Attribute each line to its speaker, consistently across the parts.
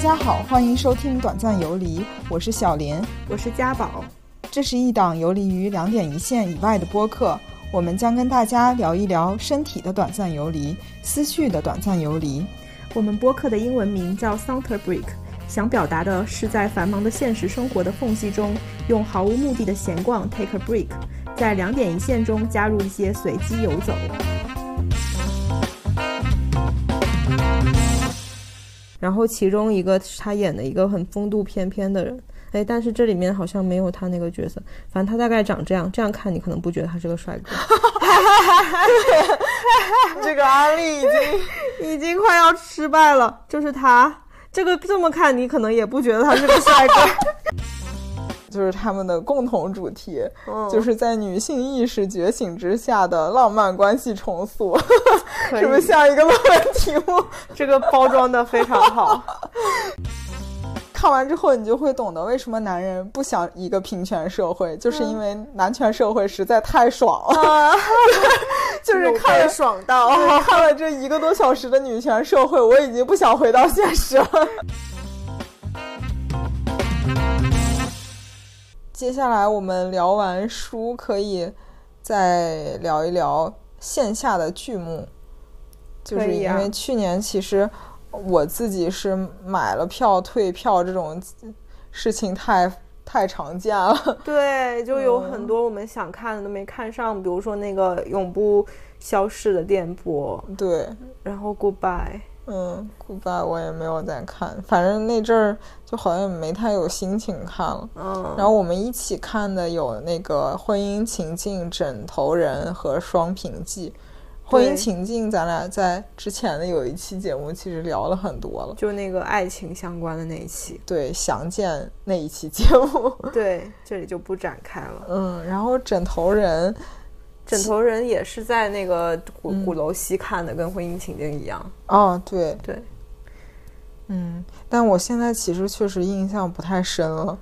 Speaker 1: 家好，欢迎收听《短暂游离》，我是小林，
Speaker 2: 我是家宝。
Speaker 1: 这是一档游离于两点一线以外的播客，我们将跟大家聊一聊身体的短暂游离，思绪的短暂游离。
Speaker 2: 我们播客的英文名叫 Saunter Break，想表达的是在繁忙的现实生活的缝隙中，用毫无目的的闲逛 take a break，在两点一线中加入一些随机游走。然后其中一个是他演的一个很风度翩翩的人，哎，但是这里面好像没有他那个角色，反正他大概长这样，这样看你可能不觉得他是个帅哥。
Speaker 1: 这个安利已经
Speaker 2: 已经快要失败了，就是他。这个这么看，你可能也不觉得他是个 帅哥。
Speaker 1: 就是他们的共同主题，
Speaker 2: 嗯
Speaker 1: 就是在女性意识觉醒之下的浪漫关系重塑，
Speaker 2: 可 以
Speaker 1: 是不是像一个论文题目？
Speaker 2: 这个包装的非常 好。
Speaker 1: 看完之后，你就会懂得为什么男人不想一个平权社会，就是
Speaker 2: 嗯
Speaker 1: 因为男权社会实在太爽
Speaker 2: 啊
Speaker 1: 了，就是看了
Speaker 2: 爽到
Speaker 1: 哦，看了这一个多小时的女权社会，我已经不想回到现实了。 接下来我们聊完书，可以再聊一聊线下的剧目，就
Speaker 2: 可
Speaker 1: 是
Speaker 2: 以
Speaker 1: 因
Speaker 2: 啊
Speaker 1: 为去年其实我自己是买了票退票这种事情太太常见了。
Speaker 2: 对，就有很多我们想看的都没看上，比如说那个永不消逝的电波，
Speaker 1: 对，
Speaker 2: 然后 Goodbye。
Speaker 1: 嗯，Goodbye 我也没有再看，反正那阵儿就好像也没太有心情看了。
Speaker 2: 嗯，
Speaker 1: 然后我们一起看的有那个《婚姻情境》《枕头人》和《双屏记》。《婚姻
Speaker 2: 对
Speaker 1: 情境》咱俩在之前的有一期节目其实聊了很多了，
Speaker 2: 就那个爱情相关的那一期，
Speaker 1: 对，详见那一期节目。
Speaker 2: 对，这里就不展开了。
Speaker 1: 嗯，然后《枕头人》
Speaker 2: 枕头人也是在那个鼓
Speaker 1: 嗯
Speaker 2: 鼓楼西看的，跟婚姻情境一样。
Speaker 1: 哦，对，
Speaker 2: 对，
Speaker 1: 嗯，但我现在其实确实印象不太深了，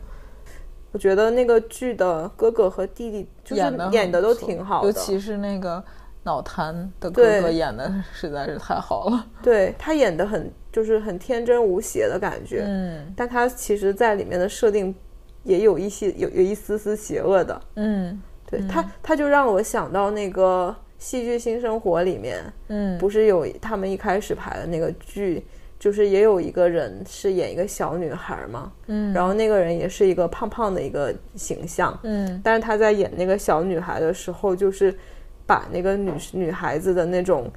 Speaker 2: 我觉得那个剧的哥哥和弟弟就是
Speaker 1: 的
Speaker 2: 演的都挺好的，
Speaker 1: 尤其是那个脑瘫的哥
Speaker 2: 对
Speaker 1: 哥演的 实在是太好了。
Speaker 2: 对他演的很就是很天真无邪的感觉，
Speaker 1: 嗯
Speaker 2: 但他其实在里面的设定也有一些有有一丝丝邪恶的，
Speaker 1: 嗯
Speaker 2: 对、他他就让我想到那个《戏剧新生活》里面
Speaker 1: 嗯，
Speaker 2: 不是有他们一开始排的那个剧。就是也有一个人是演一个小女孩嘛，
Speaker 1: 嗯
Speaker 2: 然后那个人也是一个胖胖的一个形象，
Speaker 1: 嗯
Speaker 2: 但是他在演那个小女孩的时候，就是把那个女女孩子的那种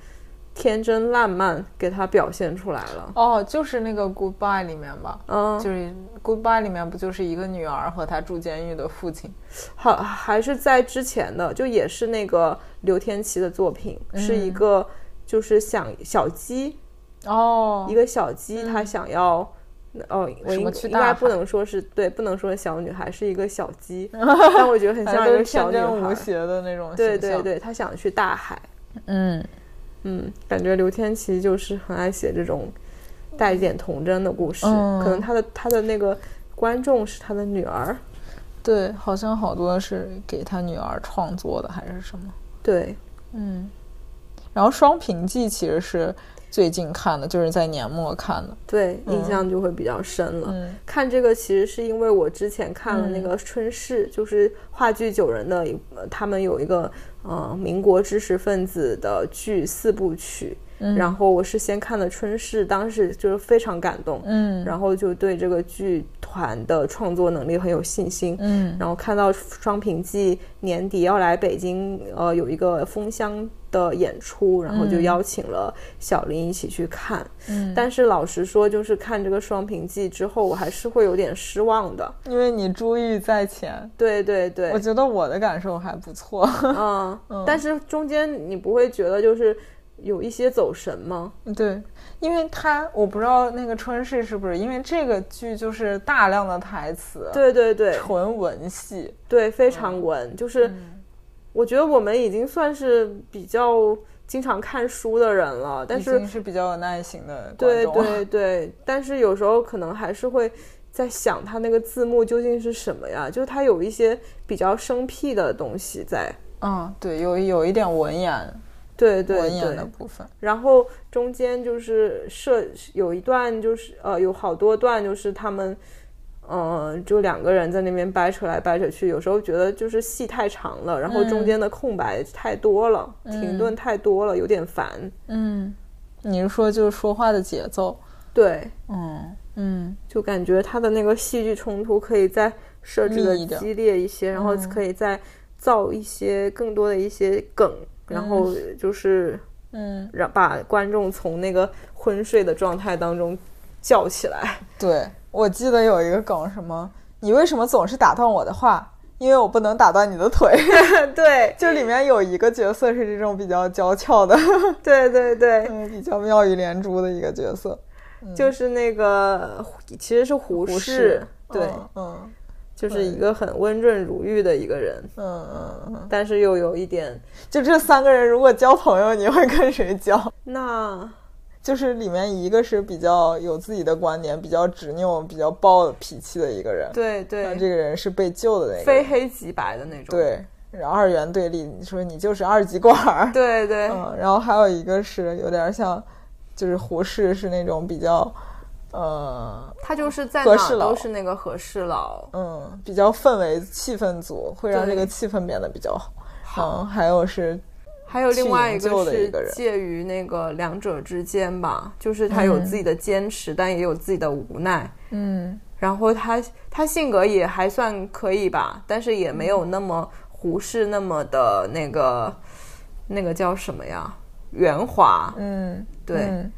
Speaker 2: 天真烂漫给她表现出来了。
Speaker 1: 哦，就是那个 Goodbye 里面吧，
Speaker 2: 嗯，
Speaker 1: 就是 Goodbye 里面不就是一个女儿和她住监狱的父亲？
Speaker 2: 好，还是在之前的，就也是那个刘天琪的作品，是
Speaker 1: 嗯
Speaker 2: 一个就是想小鸡，
Speaker 1: 哦
Speaker 2: 一，个小鸡，它想要，哦，我
Speaker 1: 嗯什
Speaker 2: 应
Speaker 1: 么去
Speaker 2: 应
Speaker 1: 大
Speaker 2: 该不
Speaker 1: 海
Speaker 2: 能说是对，不能说是小女孩，是一个小 鸡，但我觉得很
Speaker 1: 反正
Speaker 2: 像一
Speaker 1: 都是
Speaker 2: 个小
Speaker 1: 天
Speaker 2: 女
Speaker 1: 真无
Speaker 2: 孩。
Speaker 1: 邪的那种
Speaker 2: 对
Speaker 1: 形
Speaker 2: 对
Speaker 1: 象，
Speaker 2: 对，她想去大海。
Speaker 1: 嗯，
Speaker 2: 嗯，感觉刘天琪就是很爱写这种带一点童真的故事，
Speaker 1: 嗯
Speaker 2: 可能他的他的那个观众是他的女儿，
Speaker 1: 对，好像好多是给他女儿创作的还是什么，
Speaker 2: 对
Speaker 1: 嗯。然后《双屏记》其实是最近看的，就是在年末看的，
Speaker 2: 对，印象就会比较深了。
Speaker 1: 嗯
Speaker 2: 看这个其实是因为我之前看了那个《春逝》，就是话剧九人的一，呃他们有一个呃民国知识分子的剧四部曲，
Speaker 1: 嗯
Speaker 2: 然后我是先看的《春逝》，当时就是非常感动，
Speaker 1: 嗯
Speaker 2: 然后就对这个剧团的创作能力很有信心，
Speaker 1: 嗯
Speaker 2: 然后看到《双屏记》年底要来北京，呃，有一个封箱的演出，然后就邀请了小林一起去看。
Speaker 1: 嗯，
Speaker 2: 但是老实说，就是看这个《双屏记》之后，我还是会有点失望的。
Speaker 1: 因为你珠玉在前，
Speaker 2: 对对对
Speaker 1: 我，觉得我的感受还不错。
Speaker 2: 嗯，但是中间你不会觉得就是有一些走神吗？
Speaker 1: 对，因为他我不知道那个春逝是不是，因为这个剧就是大量的台词，，
Speaker 2: 对对对
Speaker 1: 纯文戏，
Speaker 2: 对，非
Speaker 1: 嗯
Speaker 2: 常文，就是我觉得我们已经算是比较经常看书的人了，但
Speaker 1: 已
Speaker 2: 是
Speaker 1: 经是比较有耐心的观
Speaker 2: 对
Speaker 1: 众了。
Speaker 2: 对对，但是有时候可能还是会在想它那个字幕究竟是什么呀？就是它有一些比较生僻的东西在。
Speaker 1: 嗯，对，有有一点文言，
Speaker 2: 对对
Speaker 1: 文言
Speaker 2: 对
Speaker 1: 的，部分。
Speaker 2: 然后中间就是设有一段就是呃有好多段就是他们，嗯、就两个人在那边掰扯来掰扯去，有时候觉得就是戏太长了，然后中
Speaker 1: 嗯
Speaker 2: 间的空白太多了，停顿太多了，有点烦。
Speaker 1: 嗯，你是说就是说话的节奏？
Speaker 2: 对，
Speaker 1: 嗯嗯
Speaker 2: 就感觉他的那个戏剧冲突可以再设置
Speaker 1: 密一
Speaker 2: 的
Speaker 1: 点嗯
Speaker 2: 激烈一些，然后可以再造一些更多的一些梗，然后就是
Speaker 1: 嗯，
Speaker 2: 让把观众从那个昏睡的状态当中叫起来。
Speaker 1: 对，我记得有一个梗，什么你为什么总是打断我的话？因为我不能打断你的腿。
Speaker 2: 对
Speaker 1: 就里面有一个角色是这种比较娇俏的，
Speaker 2: 对对对，
Speaker 1: 嗯，比较妙语连珠的一个角色。
Speaker 2: 就是那个其实是胡
Speaker 1: 不
Speaker 2: 适，对，
Speaker 1: 嗯
Speaker 2: 就是一个很温润如玉的一个人，
Speaker 1: 嗯嗯嗯嗯，
Speaker 2: 但是又有一点
Speaker 1: 就这三个人如果交朋友，你会跟谁交？
Speaker 2: 那
Speaker 1: 就是里面一个是比较有自己的观点，比较执拗、比较暴脾气的一个人，
Speaker 2: 对
Speaker 1: 那
Speaker 2: 对
Speaker 1: 这个人是被救的那个
Speaker 2: 非
Speaker 1: 人，
Speaker 2: 黑即白的那种，
Speaker 1: 对，然后二元对立，你说你就是二极管儿，
Speaker 2: 对对
Speaker 1: 嗯，然后还有一个是有点像，就是胡适是那种比较，呃，
Speaker 2: 他就是在
Speaker 1: 和
Speaker 2: 哪
Speaker 1: 事
Speaker 2: 儿
Speaker 1: 佬
Speaker 2: 都是那个和事佬，
Speaker 1: 嗯，比较氛围气氛组，会让
Speaker 2: 对
Speaker 1: 这个气氛变得比较好。嗯，还有是，
Speaker 2: 还有另外一
Speaker 1: 去营救
Speaker 2: 个
Speaker 1: 的
Speaker 2: 是
Speaker 1: 一个人
Speaker 2: 介于那个两者之间吧，就是他有自己的坚持，但也有自己的无奈。
Speaker 1: 嗯
Speaker 2: 然后他他性格也还算可以吧，但是也没有
Speaker 1: 嗯
Speaker 2: 那么胡适那么的那个那个叫什么呀？圆滑。
Speaker 1: 嗯，
Speaker 2: 对、
Speaker 1: 嗯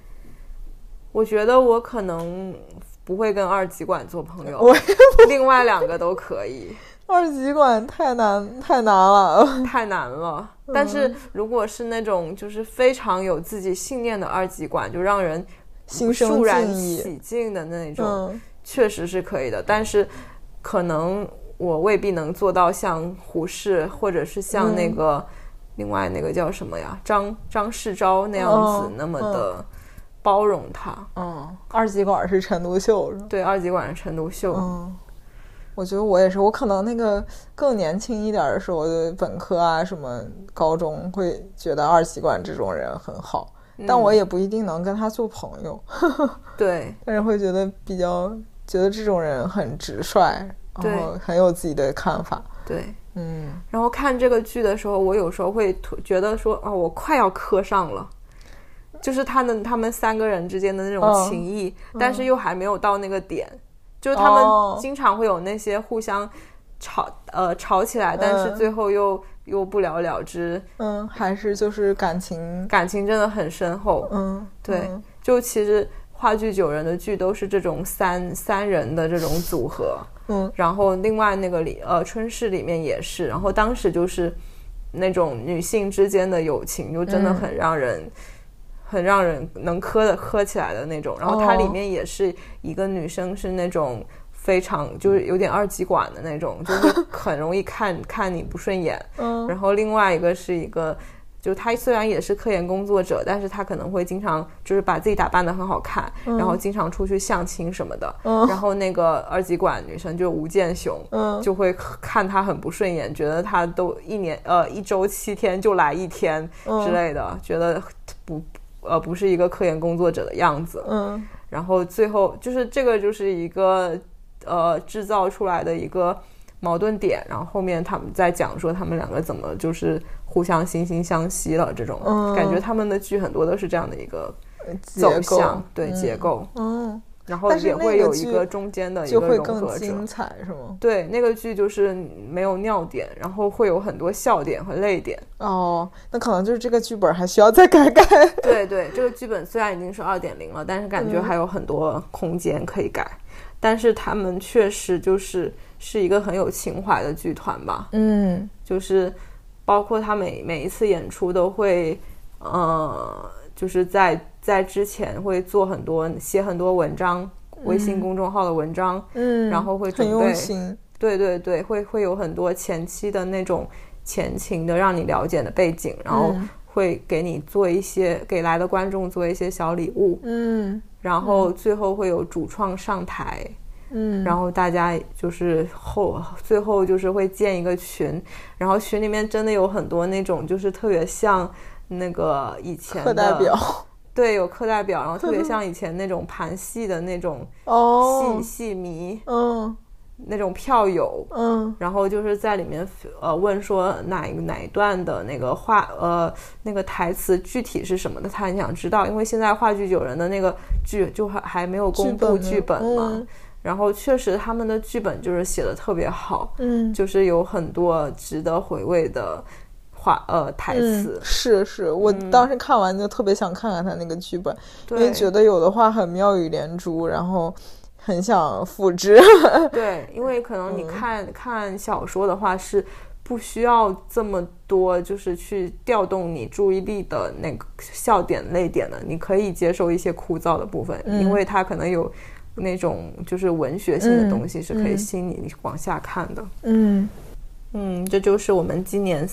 Speaker 2: 我觉得我可能不会跟二极管做朋友
Speaker 1: 我，
Speaker 2: 另外两个都可以，
Speaker 1: 二极管太难太难了，
Speaker 2: 太难了。但
Speaker 1: 嗯
Speaker 2: 是如果是那种就是非常有自己信念的二极管，就让人
Speaker 1: 心生
Speaker 2: 肃然
Speaker 1: 敬意。
Speaker 2: 起敬的那种，
Speaker 1: 嗯，
Speaker 2: 确实是可以的，但是可能我未必能做到像胡适，或者是像
Speaker 1: 嗯
Speaker 2: 那个、另外那个叫什么呀，张张世钊那样子、
Speaker 1: 嗯
Speaker 2: 那么的包容他。
Speaker 1: 嗯，二极管是陈独秀是吧？
Speaker 2: 对，二极管的陈独秀，
Speaker 1: 嗯，我觉得我也是，我可能那个更年轻一点儿的时候，就本科啊什么高中会觉得二极管这种人很好，但我也不一定能跟他做朋友，
Speaker 2: 嗯对
Speaker 1: 但是会觉得比较觉得这种人很直率，
Speaker 2: 对
Speaker 1: 然后很有自己的看法。
Speaker 2: 对。
Speaker 1: 嗯，
Speaker 2: 然后看这个剧的时候，我有时候会突觉得说，啊，我快要磕上了。就是他们他们三个人之间的那种
Speaker 1: 嗯
Speaker 2: 情谊，但是又还没有到那个点，就是他们
Speaker 1: 哦
Speaker 2: 经常会有那些互相吵呃吵起来，但是
Speaker 1: 嗯
Speaker 2: 最后又、又不了了之，
Speaker 1: 嗯，还是就是感情，
Speaker 2: 感情真的很深厚。
Speaker 1: 嗯，
Speaker 2: 对，
Speaker 1: 嗯
Speaker 2: 就其实话剧九人的剧都是这种三三人的这种组合，
Speaker 1: 嗯，
Speaker 2: 然后另外那个里呃春逝里面也是，然后当时就是那种女性之间的友情，就真的很让人。很让人能磕的磕起来的那种，然后它
Speaker 1: 哦
Speaker 2: 里面也是一个女生，是那种非常就是有点二极管的那种，就是很容易看看你不顺眼，
Speaker 1: 嗯
Speaker 2: 然后另外一个是一个，就他虽然也是科研工作者，但是他可能会经常就是把自己打扮得很好看，然后经常出去相亲什么的。
Speaker 1: 嗯
Speaker 2: 然后那个二极管女生就吴建雄，
Speaker 1: 嗯
Speaker 2: 就会看他很不顺眼，觉得他都一年呃一周七天就来一天
Speaker 1: 嗯
Speaker 2: 之类的，觉得不呃不是一个科研工作者的样子。
Speaker 1: 嗯
Speaker 2: 然后最后就是这个就是一个呃制造出来的一个矛盾点，然后后面他们在讲说他们两个怎么就是互相惺惺相惜了这种、
Speaker 1: 嗯
Speaker 2: 感觉，他们的剧很多都是这样的一个走
Speaker 1: 结构
Speaker 2: 向，对、
Speaker 1: 嗯
Speaker 2: 结构，
Speaker 1: 嗯，
Speaker 2: 然后
Speaker 1: 但是
Speaker 2: 也
Speaker 1: 那
Speaker 2: 会
Speaker 1: 个
Speaker 2: 有一
Speaker 1: 剧
Speaker 2: 个中间的一
Speaker 1: 就
Speaker 2: 个
Speaker 1: 会
Speaker 2: 融
Speaker 1: 更
Speaker 2: 合者。哦
Speaker 1: 精彩是吗？
Speaker 2: 对，那个剧就是没有尿点，然后会有很多笑点和泪点。
Speaker 1: 哦，那可能就是这个剧本还需要再改 改。
Speaker 2: 对对，这个剧本虽然已经是二点零了，但是感觉还有很多空间可以改。但是他们确实就是是一个很有情怀的剧团吧，
Speaker 1: 嗯
Speaker 2: 就是包括他每每一次演出都会，呃，就是在在之前会做很多写很多文章，微信公众号的文章，
Speaker 1: 嗯，
Speaker 2: 然后会准
Speaker 1: 很用
Speaker 2: 备
Speaker 1: 心。
Speaker 2: 对对对，会会有很多前期的那种前情的让你了解的背景，然后
Speaker 1: 嗯
Speaker 2: 会给你做一些给来的观众做一些小礼物，
Speaker 1: 嗯
Speaker 2: 然后最后会有主创上台，
Speaker 1: 嗯，
Speaker 2: 然后大家就是后最后就是会建一个群，然后群里面真的有很多那种就是特别像那个以前
Speaker 1: 嗯课代
Speaker 2: 的
Speaker 1: 表
Speaker 2: 对，有课代表，然后 特别像以前那种盘戏的那种
Speaker 1: 哦
Speaker 2: 戏，戏迷
Speaker 1: 嗯
Speaker 2: 那种票友，
Speaker 1: 嗯
Speaker 2: 然后就是在里面呃问说哪一哪一段的那个话呃那个台词具体是什么的，他很想知道，因为现在话剧九人的那个剧就还还没有公布
Speaker 1: 剧
Speaker 2: 剧
Speaker 1: 本
Speaker 2: 本
Speaker 1: 呢
Speaker 2: 嘛，
Speaker 1: 嗯
Speaker 2: 然后确实他们的剧本就是写的特别好，
Speaker 1: 嗯，
Speaker 2: 就是有很多值得回味的话呃台词
Speaker 1: 嗯，，是是，我当时看完就特别想看看他那个剧本，因为
Speaker 2: 对
Speaker 1: 觉得有的话很妙语连珠，然后很想复制。
Speaker 2: 对，因为可能你看、看小说的话是不需要这么多，就是去调动你注意力的那个笑点泪点的，你可以接受一些枯燥的部分，因为它可能有那种就是文学性的东西是可以吸引你往下看的。
Speaker 1: 嗯，
Speaker 2: 嗯，这就是我们今年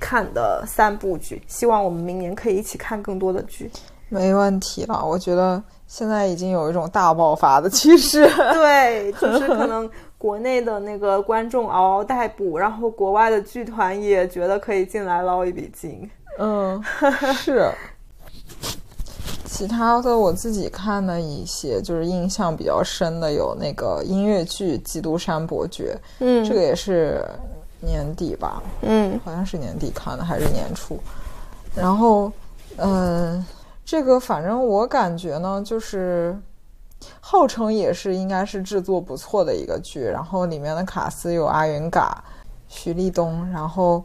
Speaker 2: 看的三部剧，希望我们明年可以一起看更多的剧。
Speaker 1: 没问题了，我觉得现在已经有一种大爆发的趋势。
Speaker 2: 对， 就是可能国内的那个观众嗷嗷待哺，然后国外的剧团也觉得可以进来捞一笔金。
Speaker 1: 嗯，是。其他的我自己看的一些，就是印象比较深的有那个音乐剧《基督山伯爵》，
Speaker 2: 嗯
Speaker 1: 这个也是年底吧，
Speaker 2: 嗯
Speaker 1: 好像是年底看的还是年初。然后，嗯、这个反正我感觉呢，就是号称也是应该是制作不错的一个剧，然后里面的卡司有阿云嘎、徐立东，然后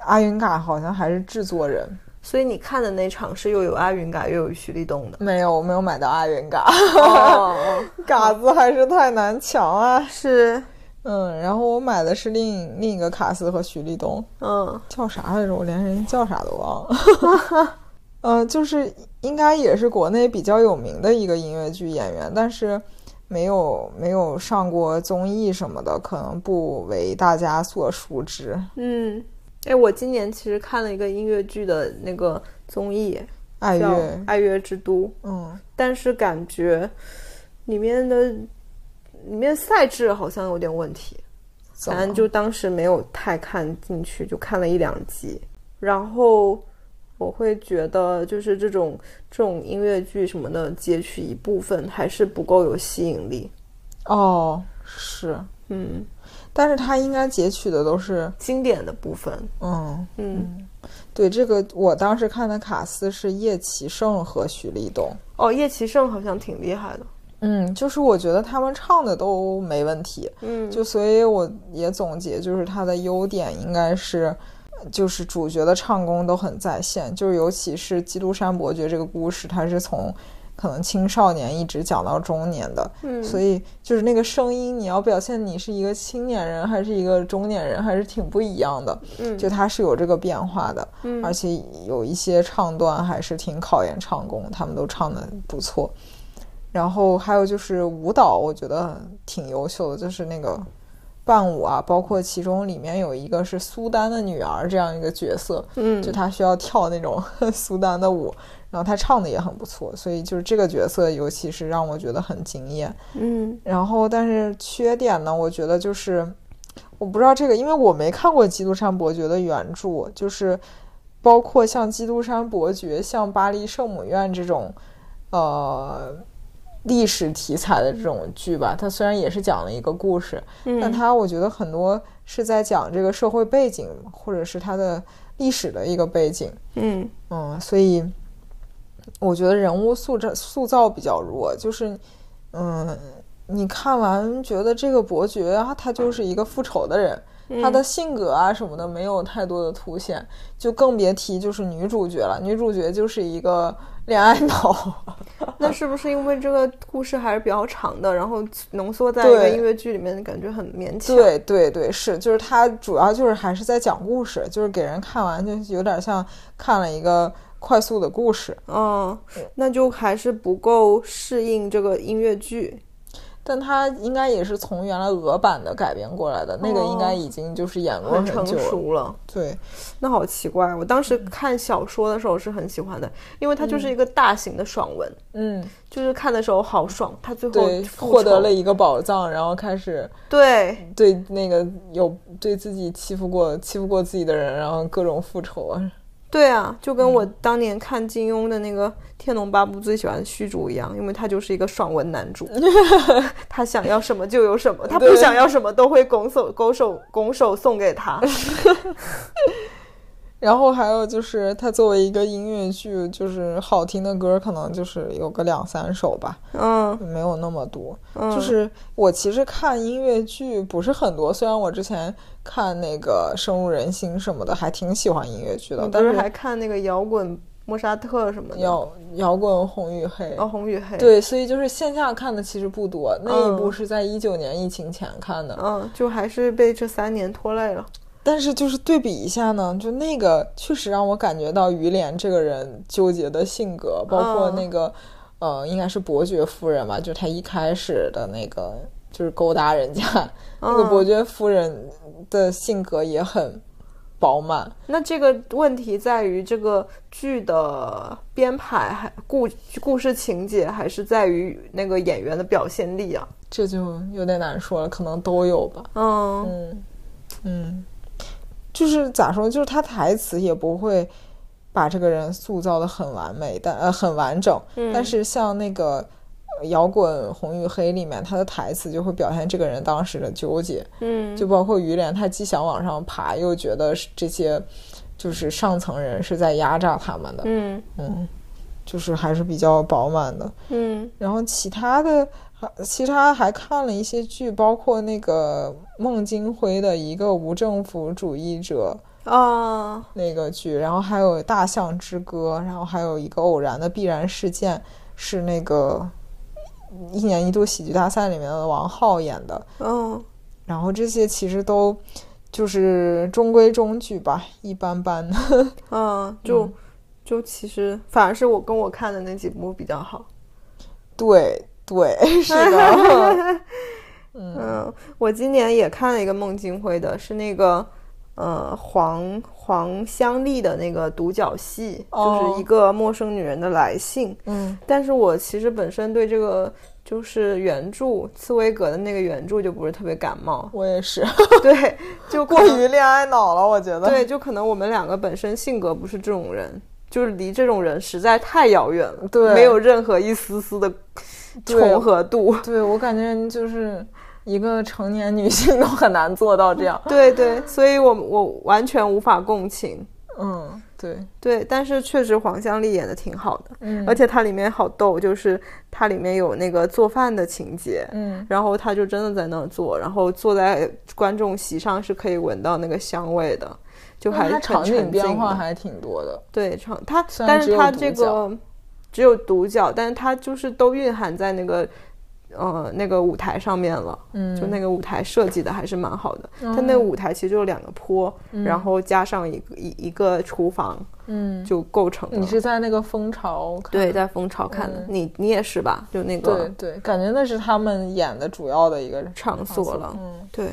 Speaker 1: 阿云嘎好像还是制作人，
Speaker 2: 所以你看的那场是又有阿云嘎又有徐立东的。
Speaker 1: 没有，我没有买到阿云嘎，
Speaker 2: 哦，
Speaker 1: 嘎子还是太难抢啊。
Speaker 2: 是，
Speaker 1: 嗯，然后我买的是另另一个卡斯和徐立东，
Speaker 2: 嗯
Speaker 1: 叫啥来着？我连人叫啥都忘了。呃，就是应该也是国内比较有名的一个音乐剧演员，但是没有没有上过综艺什么的，可能不为大家所熟知。
Speaker 2: 嗯。哎，我今年其实看了一个音乐剧的那个综艺，
Speaker 1: 爱
Speaker 2: 叫
Speaker 1: 乐
Speaker 2: 《爱乐之都》。
Speaker 1: 嗯，
Speaker 2: 但是感觉里面的里面赛制好像有点问题，
Speaker 1: 怎
Speaker 2: 反
Speaker 1: 么
Speaker 2: 正就当时没有太看进去，就看了一两集。然后我会觉得，就是这种这种音乐剧什么的，截取一部分还是不够有吸引力。
Speaker 1: 哦是，
Speaker 2: 嗯，
Speaker 1: 但是他应该截取的都是
Speaker 2: 经典的部分，
Speaker 1: 嗯。
Speaker 2: 嗯，
Speaker 1: 对这个，我当时看的卡斯是叶启胜和许立东。
Speaker 2: 哦，叶奇胜好像挺厉害的，
Speaker 1: 嗯，就是我觉得他们唱的都没问题，
Speaker 2: 嗯，
Speaker 1: 就所以我也总结，就是他的优点应该是，就是主角的唱功都很在线，就是尤其是《基督山伯爵》这个故事，它是从可能青少年一直讲到中年的，
Speaker 2: 嗯
Speaker 1: 所以就是那个声音，你要表现你是一个青年人还是一个中年人，还是挺不一样的，
Speaker 2: 嗯
Speaker 1: 就它是有这个变化的，
Speaker 2: 嗯
Speaker 1: 而且有一些唱段还是挺考验唱功，他们都唱的不错。然后还有就是舞蹈，我觉得挺优秀的，就是那个伴舞啊，包括其中里面有一个是苏丹的女儿这样一个角色，
Speaker 2: 嗯
Speaker 1: 就她需要跳那种 苏丹的舞，然后她唱的也很不错，所以就是这个角色，尤其是让我觉得很惊艳。
Speaker 2: 嗯
Speaker 1: 然后，但是缺点呢，我觉得就是我不知道这个，因为我没看过《基督山伯爵》的原著，就是包括像《基督山伯爵》、像《巴黎圣母院》这种，呃。历史题材的这种剧吧，它虽然也是讲了一个故事，但
Speaker 2: 嗯
Speaker 1: 它我觉得很多是在讲这个社会背景，或者是它的历史的一个背景。
Speaker 2: 嗯
Speaker 1: 嗯，所以我觉得人物塑造塑造比较弱，就是嗯，你看完觉得这个伯爵啊，他就是一个复仇的人。他的性格啊什么的没有太多的凸显，就更别提就是女主角了。女主角就是一个恋爱脑，
Speaker 2: 那是不是因为这个故事还是比较长的，然后浓缩在一个
Speaker 1: 对
Speaker 2: 音乐剧里面，感觉很勉强？
Speaker 1: 对对对，是，就是他主要就是还是在讲故事，就是给人看完就有点像看了一个快速的故事。
Speaker 2: 嗯，那就还是不够适应这个音乐剧。
Speaker 1: 但他应该也是从原来俄版的改编过来的，那个应该已经就是演过
Speaker 2: 哦很
Speaker 1: 久了。
Speaker 2: 成
Speaker 1: 嗯
Speaker 2: 熟了，
Speaker 1: 对，
Speaker 2: 那好奇怪。我当时看小说的时候是很喜欢的，因为它就是一个大型的爽文，
Speaker 1: 嗯，
Speaker 2: 就是看的时候好爽。它最后
Speaker 1: 对，
Speaker 2: 复仇
Speaker 1: 获得了一个宝藏，然后开始
Speaker 2: 对
Speaker 1: 对那个有对自己欺负过、欺负过自己的人，然后各种复仇啊。
Speaker 2: 对啊，就跟
Speaker 1: 嗯
Speaker 2: 我当年看金庸的那个《天龙八部》最喜欢的虚竹一样，因为他就是一个爽文男 主，他想要什么就有什么，他不
Speaker 1: 对
Speaker 2: 想要什么都会拱手拱手拱手送给他。
Speaker 1: 然后还有就是，它作为一个音乐剧，就是好听的歌可能就是有个两三首吧，
Speaker 2: 嗯，
Speaker 1: 没有那么多。
Speaker 2: 嗯
Speaker 1: 就是我其实看音乐剧不是很多，虽然我之前看那个《深入人心》什么的，还挺喜欢音乐剧的
Speaker 2: 你，不
Speaker 1: 但
Speaker 2: 是还看那个摇滚莫沙特什么的？
Speaker 1: 摇摇滚红与黑。
Speaker 2: 哦，红与黑。，
Speaker 1: 对，所以就是线下看的其实不多，那一部
Speaker 2: 嗯
Speaker 1: 是在一九年疫情前看的，
Speaker 2: 嗯，就还是被这三年拖累了。
Speaker 1: 但是就是对比一下呢，就那个确实让我感觉到于连这个人纠结的性格，包括
Speaker 2: 嗯
Speaker 1: 那个，呃，应该是伯爵夫人吧，就他一开始的那个就是勾搭人家，那个
Speaker 2: 嗯
Speaker 1: 伯爵夫人的性格也很饱满，
Speaker 2: 那这个问题在于这个剧的编排，还故故事情节，还是在于那个演员的表现力啊？
Speaker 1: 这就有点难说了，可能都有吧。
Speaker 2: 嗯
Speaker 1: 嗯，嗯，就是咋说，就是他台词也不会把这个人塑造的很完美，但呃很完整。
Speaker 2: 嗯
Speaker 1: 但是像那个呃摇滚《红与黑》里面，他的台词就会表现这个人当时的纠结，
Speaker 2: 嗯，
Speaker 1: 就包括于连，他既想往上爬，又觉得是这些就是上层人是在压榨他们的。
Speaker 2: 嗯
Speaker 1: 嗯，就是还是比较饱满的。
Speaker 2: 嗯
Speaker 1: 然后其他的，还其他还看了一些剧，包括那个孟京辉的一个无政府主义者
Speaker 2: 啊
Speaker 1: 那个剧，然后还有《大象之歌》，然后还有一个偶然的必然事件，是那个一年一度喜剧大赛里面的王浩演的。
Speaker 2: 嗯
Speaker 1: 然后这些其实都就是中规中矩吧，一般般。
Speaker 2: 嗯，就就其实反而是我跟我看的那几部比较好。
Speaker 1: 对对，是的，
Speaker 2: 嗯，我今年也看了一个孟京辉的，是那个呃黄黄香丽的那个独角戏，就
Speaker 1: 哦
Speaker 2: 是一个陌生女人的来信。
Speaker 1: 嗯，
Speaker 2: 但是我其实本身对这个就是原著茨威格的那个原著就不是特别感冒
Speaker 1: 我也是，
Speaker 2: 对，就可
Speaker 1: 过
Speaker 2: 能
Speaker 1: 于恋爱脑了，我觉得。
Speaker 2: 对，就可能我们两个本身性格不是这种人，就是离这种人实在太遥远了，
Speaker 1: 对
Speaker 2: 没有任何一丝丝的
Speaker 1: 对
Speaker 2: 重合度。
Speaker 1: 对，我感觉就是一个成年女性都很难做到这样。
Speaker 2: 对对，所以我我完全无法共情。
Speaker 1: 嗯，对，
Speaker 2: 对，但是确实黄香丽演的挺好的，
Speaker 1: 嗯
Speaker 2: 而且它里面好逗，就是它里面有那个做饭的情节，
Speaker 1: 嗯，
Speaker 2: 然后他就真的在那儿做，然后坐在观众席上是可以闻到那个香味的，就还
Speaker 1: 它
Speaker 2: 很
Speaker 1: 场景
Speaker 2: 沉
Speaker 1: 变
Speaker 2: 浸
Speaker 1: 化
Speaker 2: 的
Speaker 1: 还挺多的。
Speaker 2: 对场它，
Speaker 1: 虽然
Speaker 2: 但
Speaker 1: 只
Speaker 2: 是
Speaker 1: 有
Speaker 2: 它
Speaker 1: 独
Speaker 2: 这
Speaker 1: 角
Speaker 2: 个只有独角，但是它就是都蕴含在那个呃那个舞台上面了，
Speaker 1: 嗯，
Speaker 2: 就那个舞台设计的还是蛮好的。它那
Speaker 1: 哦
Speaker 2: 个舞台其实就两个坡，然后加上一个一一个厨房
Speaker 1: 嗯，
Speaker 2: 就构成了。
Speaker 1: 你是在那个蜂巢看？
Speaker 2: 对，在蜂巢看的，
Speaker 1: 嗯
Speaker 2: 你你也是吧？就那
Speaker 1: 对
Speaker 2: 个
Speaker 1: 对，感觉那是他们演的主要的一个
Speaker 2: 场所了。
Speaker 1: 嗯
Speaker 2: 对，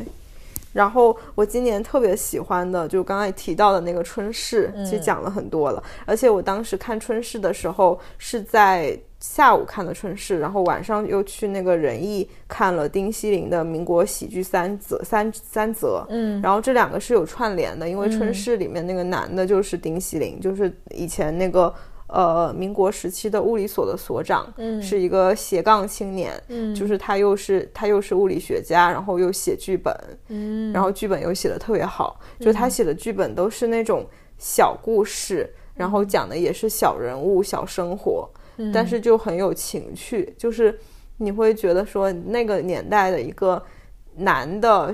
Speaker 2: 然后我今年特别喜欢的，就刚才提到的那个春逝，其实
Speaker 1: 嗯
Speaker 2: 讲了很多了。而且我当时看春逝的时候是在下午看的春逝，然后晚上又去那个仁义看了丁西林的民国喜剧三则三三则。
Speaker 1: 嗯
Speaker 2: 然后这两个是有串联的，因为《春
Speaker 1: 嗯
Speaker 2: 逝》里面那个男的就是丁西林，就是以前那个呃民国时期的物理所的所长，
Speaker 1: 嗯
Speaker 2: 是一个斜杠青年，
Speaker 1: 嗯
Speaker 2: 就是他又是他又是物理学家，然后又写剧本，
Speaker 1: 嗯，
Speaker 2: 然后剧本又写的特别好，就是他写的剧本都是那种小故事，然后讲的也是小人物、小生活，
Speaker 1: 嗯
Speaker 2: 但是就很有情趣，就是你会觉得说那个年代的一个男的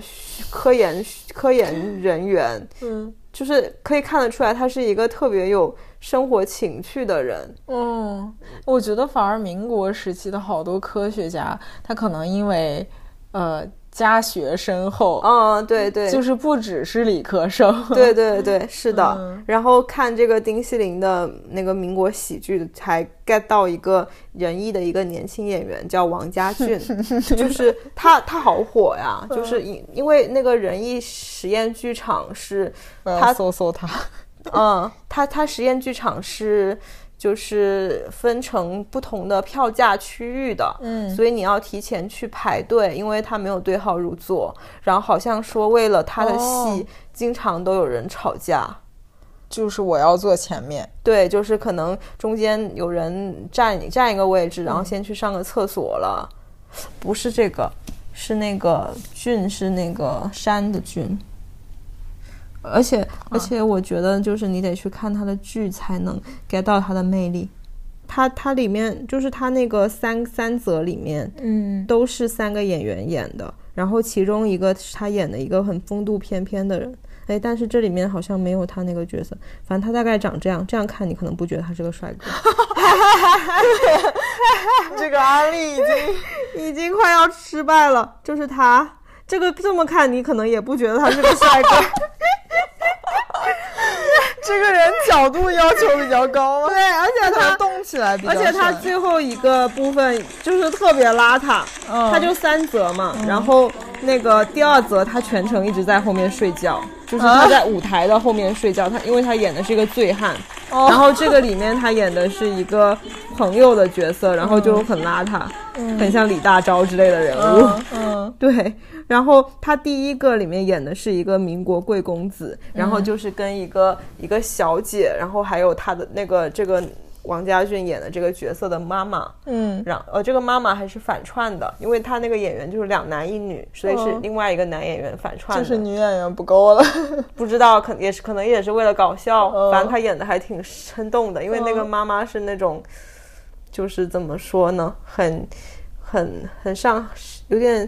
Speaker 2: 科研科研人员，
Speaker 1: 嗯
Speaker 2: 就是可以看得出来他是一个特别有生活情趣的人，
Speaker 1: 嗯，我觉得反而民国时期的好多科学家，他可能因为呃家学深厚，
Speaker 2: 嗯，对对，
Speaker 1: 就是不只是理科生，
Speaker 2: 对对对，是的。
Speaker 1: 嗯
Speaker 2: 然后看这个丁西林的那个民国喜剧，还 get 到一个仁义的一个年轻演员叫王家 俊，就是他他好火呀，
Speaker 1: 嗯
Speaker 2: 就是因因为那个仁义实验剧场是，
Speaker 1: 我要
Speaker 2: 他
Speaker 1: 搜搜他。
Speaker 2: 嗯，他他实验剧场是。就是分成不同的票价区域的，
Speaker 1: 嗯
Speaker 2: 所以你要提前去排队，因为他没有对号入座。然后好像说为了他的戏，
Speaker 1: 哦
Speaker 2: 经常都有人吵架。
Speaker 1: 就是我要坐前面，
Speaker 2: 对，就是可能中间有人占占一个位置，然后先去上个厕所了。不是这个，是那个郡，是那个山的郡。而且而且，我觉得就是你得去看它的剧才能 get 到它的魅力。它它里面就是它那个三三则里面
Speaker 1: 嗯，
Speaker 2: 都是三个演员演的，然后其中一个是他演的一个很风度翩翩的人。哎，但是这里面好像没有他那个角色，反正他大概长这样，这样看你可能不觉得他是个帅哥。
Speaker 1: 这个安利已经
Speaker 2: 已经快要失败了，就是他。这个这么看，你可能也不觉得他是个 帅 哥。
Speaker 1: 这个人角度要求比较高了，
Speaker 2: 对，而且
Speaker 1: 他
Speaker 2: 他，
Speaker 1: 动起来比较
Speaker 2: 而且他
Speaker 1: 顺
Speaker 2: 最后一个部分就是特别邋遢，
Speaker 1: 嗯
Speaker 2: 他就三折嘛，然后那个第二折他全程一直在后面睡觉，就是他
Speaker 1: 啊
Speaker 2: 在舞台的后面睡觉，他因为他演的是一个醉汉，
Speaker 1: 哦
Speaker 2: 然后这个里面他演的是一个朋友的角色，然后就很邋遢，很像李大钊之类的人物。
Speaker 1: 嗯嗯
Speaker 2: 对，然后他第一个里面演的是一个民国贵公子，
Speaker 1: 嗯
Speaker 2: 然后就是跟一个、一个小姐，然后还有他的那个这个王家俊演的这个角色的妈妈，
Speaker 1: 嗯
Speaker 2: 然呃这个妈妈还是反串的，因为他那个演员就是两男一女，所以是
Speaker 1: 哦
Speaker 2: 另外一个男演员反串
Speaker 1: 就
Speaker 2: 的，
Speaker 1: 是女演员不够了，
Speaker 2: 不知道可也是可能也是为了搞笑，
Speaker 1: 哦
Speaker 2: 反正他演的还挺生动的，因为那个
Speaker 1: 哦
Speaker 2: 妈妈是那种，就是怎么说呢，很很很上有点。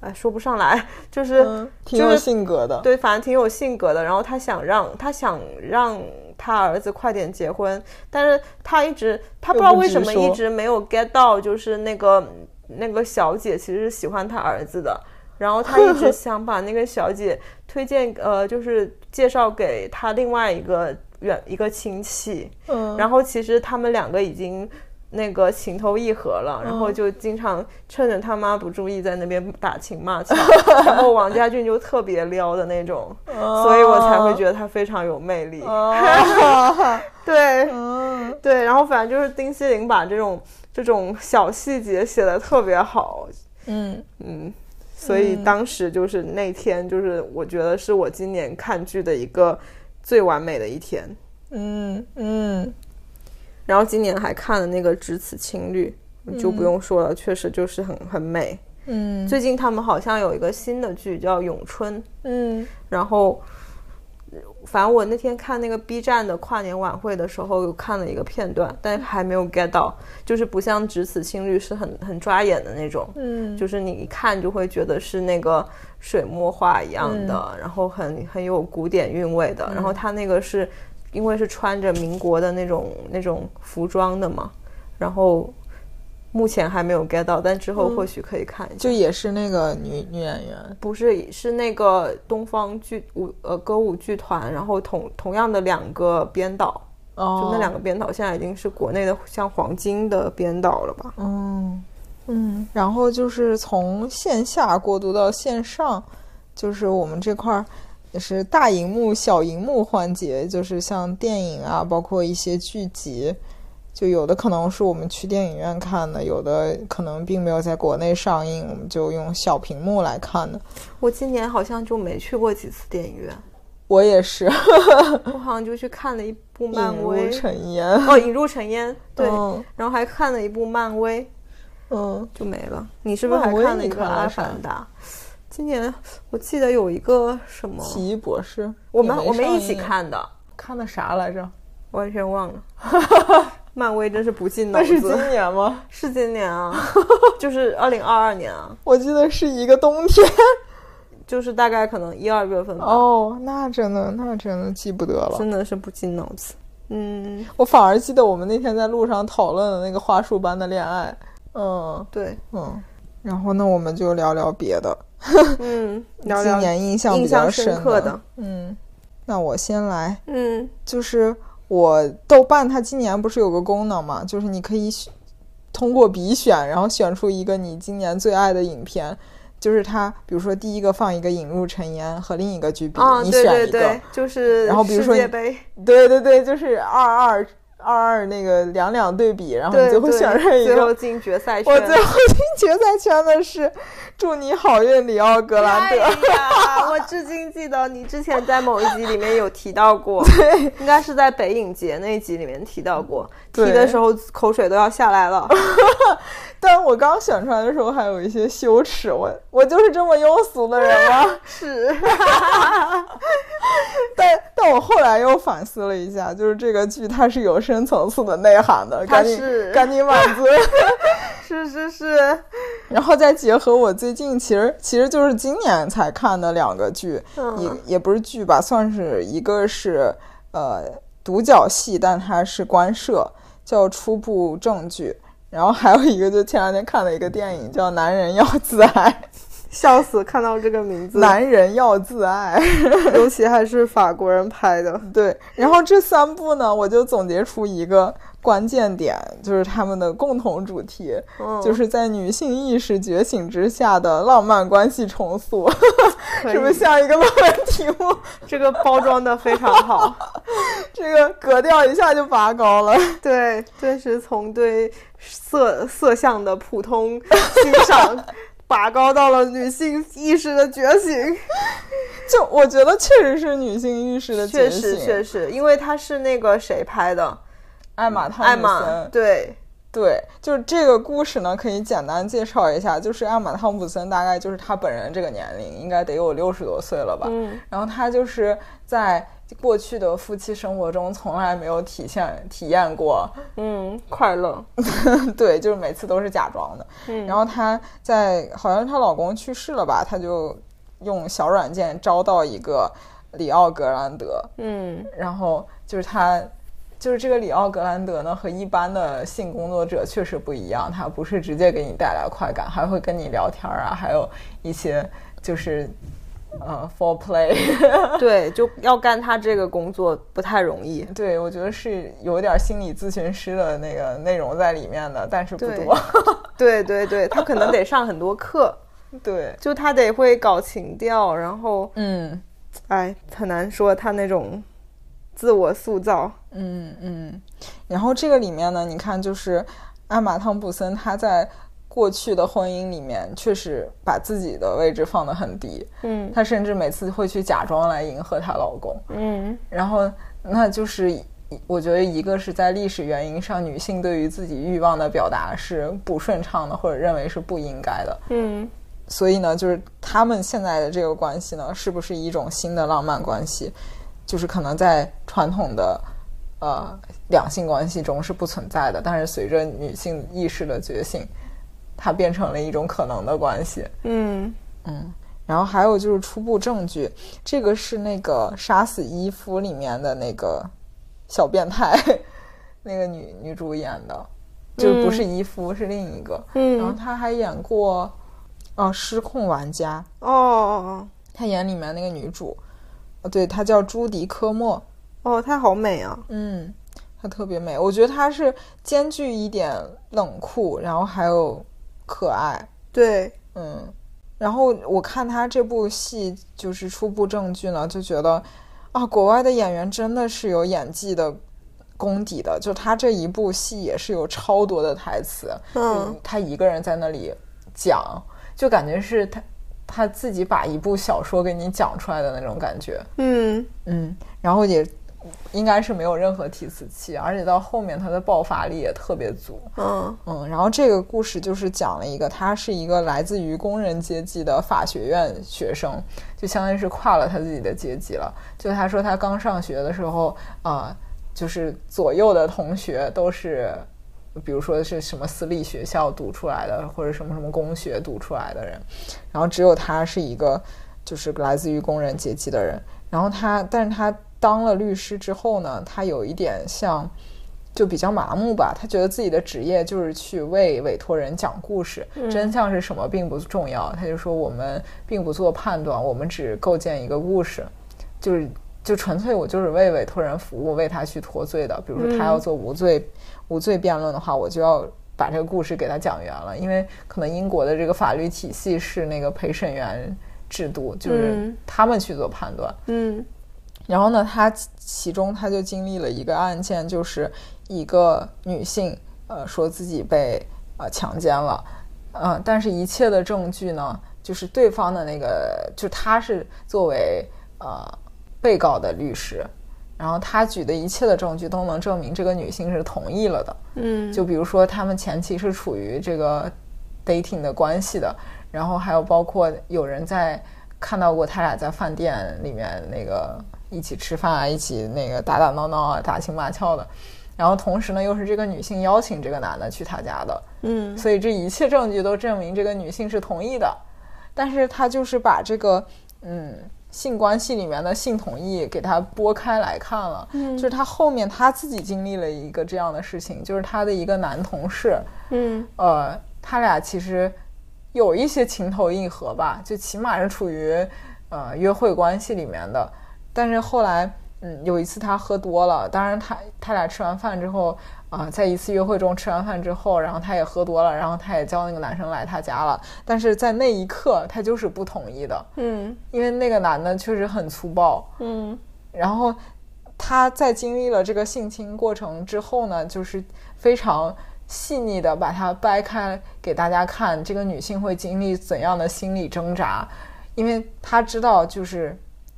Speaker 2: 哎，说不上来，就是、
Speaker 1: 嗯， 挺有性格的，
Speaker 2: 对，反正挺有性格的。然后他想让他想让他儿子快点结婚，但是他一直他不知道
Speaker 1: 又不
Speaker 2: 为
Speaker 1: 直
Speaker 2: 什么
Speaker 1: 说
Speaker 2: 一直没有 get 到，就是那个那个小姐其实是喜欢他儿子的。然后他一 直想把那个小姐推荐，呃，就是介绍给他另外一个远一个亲戚。
Speaker 1: 嗯，
Speaker 2: 然后其实他们两个已经那个情投意合了，然后就经常趁着他妈不注意在那边打情骂俏， 然后王家俊就特别撩的那种，
Speaker 1: 嗯
Speaker 2: 所以我才会觉得他非常有魅力。
Speaker 1: 哦，
Speaker 2: 对
Speaker 1: 嗯
Speaker 2: 对，然后反正就是丁西林把这种这种小细节写的特别好，
Speaker 1: 嗯
Speaker 2: 嗯。所以当时就是那天，就是我觉得是我今年看剧的一个最完美的一天。
Speaker 1: 嗯嗯，
Speaker 2: 然后今年还看了那个《只此青绿》，就不用说了，确实就是很很美。
Speaker 1: 嗯
Speaker 2: 最近他们好像有一个新的剧叫《咏春》，
Speaker 1: 嗯
Speaker 2: 然后呃反正我那天看那个 B 站的跨年晚会的时候，有看了一个片段，但还没有 get 到，就是不像《只此青绿》是很很抓眼的那种。
Speaker 1: 嗯，
Speaker 2: 就是你一看就会觉得是那个水墨画一样
Speaker 1: 嗯
Speaker 2: 的，然后很很有古典韵味的。然后他那个是因为是穿着民国的那种那种服装的嘛，然后目前还没有 get 到，但之
Speaker 1: 嗯
Speaker 2: 后或许可以看一下。
Speaker 1: 就也是那个女女演员，
Speaker 2: 不是是那个东方剧舞呃歌舞剧团，然后同同样的两个编导，
Speaker 1: 哦，
Speaker 2: 就那两个编导现在已经是国内的像黄金的编导了吧？
Speaker 1: 嗯，嗯，然后就是从线下过渡到线上，就是我们这块儿也是大荧幕、小荧幕环节，就是像电影啊，包括一些剧集，就有的可能是我们去电影院看的，有的可能并没有在国内上映，我们就用小屏幕来看的。
Speaker 2: 我今年好像就没去过几次电影院。
Speaker 1: 我也是
Speaker 2: 我好像就去看了一部漫
Speaker 1: 引入
Speaker 2: 威，
Speaker 1: 尘烟，
Speaker 2: 哦，引入 尘烟，对，
Speaker 1: 嗯
Speaker 2: 然后还看了一部漫威，
Speaker 1: 嗯，
Speaker 2: 就没了。你是不是还
Speaker 1: 漫威
Speaker 2: 看了一
Speaker 1: 你
Speaker 2: 个《
Speaker 1: 看了
Speaker 2: 阿
Speaker 1: 啥
Speaker 2: 凡达》？今年我记得有一个什么，
Speaker 1: 奇异博士，
Speaker 2: 我们
Speaker 1: 也没
Speaker 2: 我们
Speaker 1: 上
Speaker 2: 一起
Speaker 1: 映
Speaker 2: 看的，
Speaker 1: 看的啥来着？
Speaker 2: 完全忘了。 漫威真是不进脑
Speaker 1: 那是今
Speaker 2: 子，
Speaker 1: 年吗？
Speaker 2: 是今年啊，就是二零二二年啊，
Speaker 1: 我记得是一个冬天。
Speaker 2: 就是大概可能一二月份吧，
Speaker 1: 哦，那真的，那真的记不得了。
Speaker 2: 真的是不进脑子。嗯，
Speaker 1: 我反而记得我们那天在路上讨论的那个花束般的恋爱。嗯
Speaker 2: 对，
Speaker 1: 嗯。然后呢，我们就聊聊别的，
Speaker 2: 嗯，聊
Speaker 1: 今
Speaker 2: 聊
Speaker 1: 年印象
Speaker 2: 印
Speaker 1: 比
Speaker 2: 象
Speaker 1: 较
Speaker 2: 深刻的，
Speaker 1: 嗯，那我先来。
Speaker 2: 嗯
Speaker 1: 就是我豆瓣它今年不是有个功能嘛，就是你可以选通过比选，然后选出一个你今年最爱的影片。就是它，比如说第一个放一个《引入尘烟》和另一个剧比，
Speaker 2: 啊，
Speaker 1: 你
Speaker 2: 对
Speaker 1: 选一
Speaker 2: 对
Speaker 1: 个。
Speaker 2: 对，就是
Speaker 1: 然后比如说
Speaker 2: 世界
Speaker 1: 你
Speaker 2: 杯。
Speaker 1: 对对对，就是二二。二二那个两两对比，然后你最后
Speaker 2: 对
Speaker 1: 选上一
Speaker 2: 哦最后
Speaker 1: 个。
Speaker 2: 进决赛圈。
Speaker 1: 我最后进决赛圈的是祝你好运里奥格兰
Speaker 2: 哎
Speaker 1: 德。
Speaker 2: 呀，我至今记得你之前在某一集里面有提到 过，应该是在北影节那一集里面提到过，提
Speaker 1: 对
Speaker 2: 的时候口水都要下来 了。
Speaker 1: 但我刚选出来的时候还有一些羞耻，我我就是这么庸俗的人吗？
Speaker 2: 是，
Speaker 1: 但但我后来又反思了一下，就是这个剧它是有深层次的内涵的，
Speaker 2: 它
Speaker 1: 赶紧
Speaker 2: 是
Speaker 1: 赶紧满足。
Speaker 2: 是是是，
Speaker 1: 然后再结合我最近其实其实就是今年才看的两个剧，
Speaker 2: 嗯
Speaker 1: 也也不是剧吧，算是一个是呃独角戏，但它是官摄，叫《初步证据》，然后还有一个就前两天看了一个电影叫《男人要自爱
Speaker 2: 笑死！看到这个名》，字，
Speaker 1: 男人要自爱，
Speaker 2: 尤其还是法国人拍的，
Speaker 1: 对。然后这三部呢，我就总结出一个关键点，就是他们的共同主题，
Speaker 2: 嗯，
Speaker 1: 就是在女性意识觉醒之下的浪漫关系重塑，
Speaker 2: 可以
Speaker 1: 是不是像一个论文题目？
Speaker 2: 这个包装的非常好。
Speaker 1: 这个格调一下就拔高了。
Speaker 2: 对，顿时从对色色相的普通欣 赏，拔高到了女性意识的觉醒。
Speaker 1: 就我觉得确实是女性意识的
Speaker 2: 确
Speaker 1: 觉
Speaker 2: 实，嗯
Speaker 1: 醒，
Speaker 2: 确实，因为他是那个谁拍的，
Speaker 1: 艾玛汤
Speaker 2: 艾
Speaker 1: 姆森，
Speaker 2: 玛，对，
Speaker 1: 对，就是这个故事呢，可以简单介绍一下，就是艾玛汤姆森大概就是她本人这个年龄，应该得有六十多岁了吧。
Speaker 2: 嗯，
Speaker 1: 然后她就是在过去的夫妻生活中从来没有体现体验过，
Speaker 2: 嗯，快乐，
Speaker 1: 对，就是每次都是假装的。
Speaker 2: 嗯
Speaker 1: 然后她在好像是她老公去世了吧，她就用小软件招到一个里奥格兰德，
Speaker 2: 嗯，
Speaker 1: 然后就是他，就是这个里奥格兰德呢，和一般的性工作者确实不一样，他不是直接给你带来快感，还会跟你聊天啊，还有一些就是呃 foreplay，
Speaker 2: 对，就要干他这个工作不太容易。
Speaker 1: 对我觉得是有点心理咨询师的那个内容在里面的，但是不
Speaker 2: 对
Speaker 1: 多，
Speaker 2: 对对对，他可能得上很多课，
Speaker 1: 对，
Speaker 2: 就他得会搞情调，然后
Speaker 1: 嗯
Speaker 2: 哎，很难说他那种自我塑造。
Speaker 1: 嗯嗯，然后这个里面呢，你看就是艾玛汤普森她在。过去的婚姻里面，确实把自己的位置放得很低，
Speaker 2: 嗯
Speaker 1: 她甚至每次会去假装来迎合她老公，
Speaker 2: 嗯
Speaker 1: 然后那就是一我觉得一个是在历史原因上，女性对于自己欲望的表达是不顺畅的，或者认为是不应该的，
Speaker 2: 嗯
Speaker 1: 所以呢，就是他们现在的这个关系呢，是不是一种新的浪漫关系？就是可能在传统的呃两性关系中是不存在的，但是随着女性意识的觉醒，它变成了一种可能的关系。
Speaker 2: 嗯
Speaker 1: 嗯，然后还有就是初步证据，这个是那个《杀死伊芙》里面的那个小变态， 那个女女主演的，就不是伊芙，是另一个。然后
Speaker 2: 嗯，
Speaker 1: 她还演过，哦、失控玩家》，
Speaker 2: 哦哦
Speaker 1: 她演里面那个女主，哦，对，她叫朱迪科莫，
Speaker 2: 哦，哦，她好美啊！
Speaker 1: 嗯，她特别美，我觉得她是兼具一点冷酷，然后还有可爱，
Speaker 2: 对，
Speaker 1: 嗯，然后我看他这部戏就是初步证据呢，就觉得啊，国外的演员真的是有演技的功底的，就他这一部戏也是有超多的台词，
Speaker 2: 嗯，
Speaker 1: 他一个人在那里讲，就感觉是他他自己把一部小说给你讲出来的那种感觉，
Speaker 2: 嗯，
Speaker 1: 嗯，然后也。应该是没有任何提词器，而且到后面他的爆发力也特别足。
Speaker 2: 嗯
Speaker 1: 嗯，然后这个故事就是讲了一个，他是一个来自于工人阶级的法学院学生，就相当于是跨了他自己的阶级了。就他说他刚上学的时候，啊、就是左右的同学都是，比如说是什么私立学校读出来的，或者什么什么公学读出来的人，然后只有他是一个就是来自于工人阶级的人。然后他，但是他当了律师之后呢，他有一点像。就比较麻木吧，他觉得自己的职业就是去为委托人讲故事，真相是什么并不重要。他就说我们并不做判断，我们只构建一个故事，就是就纯粹我就是为委托人服务，为他去脱罪的。比如说他要做无罪、无罪辩论的话，我就要把这个故事给他讲圆了，因为可能英国的这个法律体系是那个陪审员制度，就是
Speaker 2: 嗯
Speaker 1: 他们去做判断。
Speaker 2: 嗯
Speaker 1: 然后呢，他其其中他就经历了一个案件，就是一个女性，呃，说自己被呃强奸了，嗯、但是一切的证据呢，就是对方的那个，就他是作为呃被告的律师，然后他举的一切的证据都能证明这个女性是同意了的，
Speaker 2: 嗯，
Speaker 1: 就比如说他们前期是处于这个 dating 的关系的，然后还有包括有人在看到过他俩在饭店里面那个一起吃饭啊，一起那个打打闹闹啊，打情骂俏的。然后同时呢，又是这个女性邀请这个男的去她家的，
Speaker 2: 嗯，
Speaker 1: 所以这一切证据都证明这个女性是同意的，但是他就是把这个嗯性关系里面的性同意给它拨开来看了，
Speaker 2: 嗯
Speaker 1: 就是他后面他自己经历了一个这样的事情，就是他的一个男同事，
Speaker 2: 嗯
Speaker 1: 呃，他俩其实有一些情投意合吧，就起码是处于呃约会关系里面的。但是后来，嗯，有一次他喝多了，当然他他俩吃完饭之后，啊、在一次约会中吃完饭之后，然后他也喝多了，然后他也叫那个男生来他家了。但是在那一刻，他就是不同意的，
Speaker 2: 嗯
Speaker 1: 因为那个男的确实很粗暴，
Speaker 2: 嗯
Speaker 1: 然后他在经历了这个性侵过程之后呢，就是非常细腻的把它掰开给大家看，这个女性会经历怎样的心理挣扎，因为他知道就是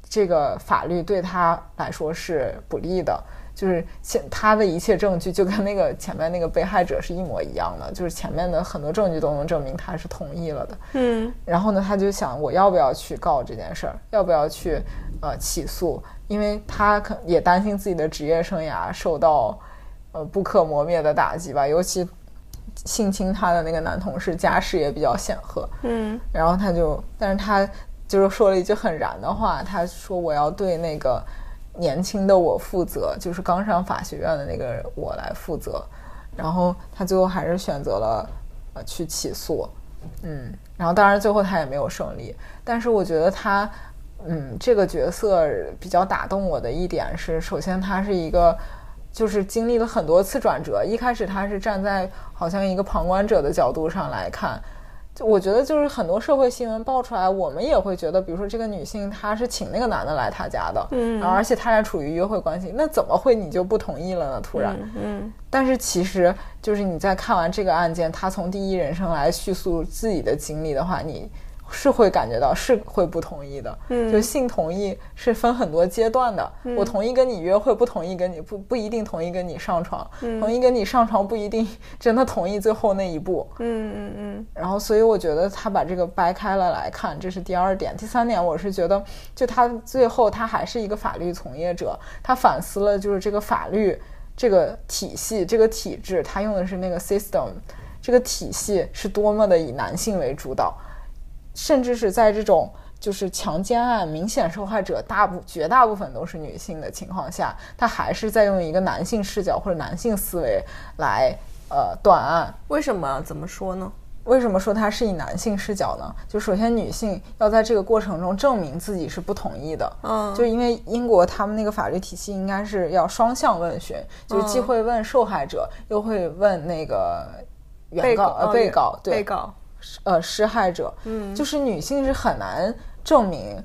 Speaker 1: 这个法律对他来说是不利的。就是现他的一切证据就跟那个前面那个被害者是一模一样的，就是前面的很多证据都能证明他是同意了的，
Speaker 2: 嗯
Speaker 1: 然后呢，他就想我要不要去告这件事儿，要不要去呃起诉，因为他可也担心自己的职业生涯受到呃不可磨灭的打击吧，尤其性侵他的那个男同事家世也比较显赫，
Speaker 2: 嗯
Speaker 1: 然后他就，但是他就是说了一句很燃的话，他说我要对那个年轻的我负责，就是刚上法学院的那个我来负责。然后他最后还是选择了呃去起诉，嗯，然后当然最后他也没有胜利，但是我觉得他。嗯，这个角色比较打动我的一点是，首先他是一个，就是经历了很多次转折。一开始他是站在好像一个旁观者的角度上来看，就我觉得就是很多社会新闻爆出来，我们也会觉得，比如说这个女性她是请那个男的来她家的，
Speaker 2: 嗯
Speaker 1: 然后而且他俩处于约会关系，那怎么会你就不同意了呢？突然，
Speaker 2: 嗯
Speaker 1: 但是其实就是你在看完这个案件，他从第一人称来叙述自己的经历的话，你是会感觉到是会不同意的。
Speaker 2: 嗯
Speaker 1: 就性同意是分很多阶段的。我同意跟你约会，不同意跟你不不一定同意跟你上床，同意跟你上床不一定 真的同意最后那一步。
Speaker 2: 嗯嗯
Speaker 1: 然后，所以我觉得他把这个掰开了来看，这是第二点。第三点，我是觉得，就他最后他还是一个法律从业者，他反思了就是这个法律这个体系、这个体制，他用的是那个 system，这个体系是多么的以男性为主导，甚至是在这种就是强奸案明显受害者大部绝大部分都是女性的情况下，他还是在用一个男性视角或者男性思维来呃断案。
Speaker 2: 为什么啊？怎么说呢？
Speaker 1: 为什么说它是以男性视角呢？就首先女性要在这个过程中证明自己是不同意的，
Speaker 2: 嗯
Speaker 1: 就因为英国他们那个法律体系应该是要双向问询，就是既会问受害者，又会问那个原告呃被告对
Speaker 2: 被告，
Speaker 1: 呃施害者，
Speaker 2: 嗯
Speaker 1: 就是女性是很难证明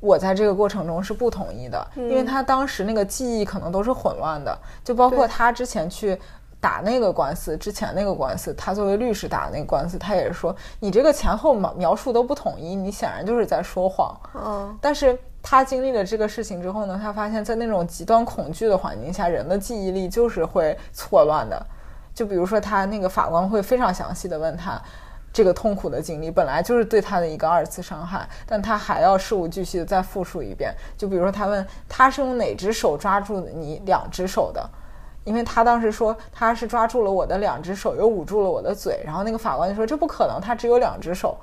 Speaker 1: 我在这个过程中是不同意的，
Speaker 2: 嗯
Speaker 1: 因为她当时那个记忆可能都是混乱的，就包括
Speaker 2: 对
Speaker 1: 她之前去。打那个官司之前那个官司，她作为律师打那个官司，她也是说你这个前后描描述都不统一，你显然就是在说谎。
Speaker 2: 嗯
Speaker 1: 但是他经历了这个事情之后呢，他发现，在那种极端恐惧的环境下，人的记忆力就是会错乱的。就比如说，他那个法官会非常详细的问他这个痛苦的经历，本来就是对他的一个二次伤害，但他还要事无巨细的再复述一遍。就比如说，他问他是用哪只手抓住你两只手的，因为他当时说他是抓住了我的两只手，又捂住了我的嘴，然后那个法官就说这不可能，他只有两只手。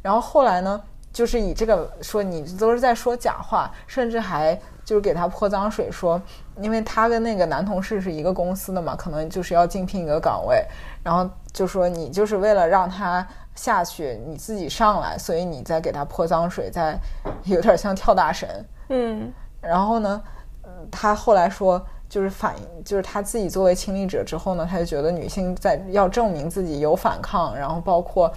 Speaker 1: 然后后来呢，就是以这个说你都是在说假话，甚至还就是给他泼脏水说，因为他跟那个男同事是一个公司的嘛，可能就是要竞聘一个岗位，然后就说你就是为了让他下去，你自己上来，所以你在给他泼脏水，在有点像跳大神。
Speaker 2: 嗯
Speaker 1: 然后呢，嗯，他后来说，就是反映，就是他自己作为亲历者之后呢，他就觉得女性在要证明自己有反抗，然后包括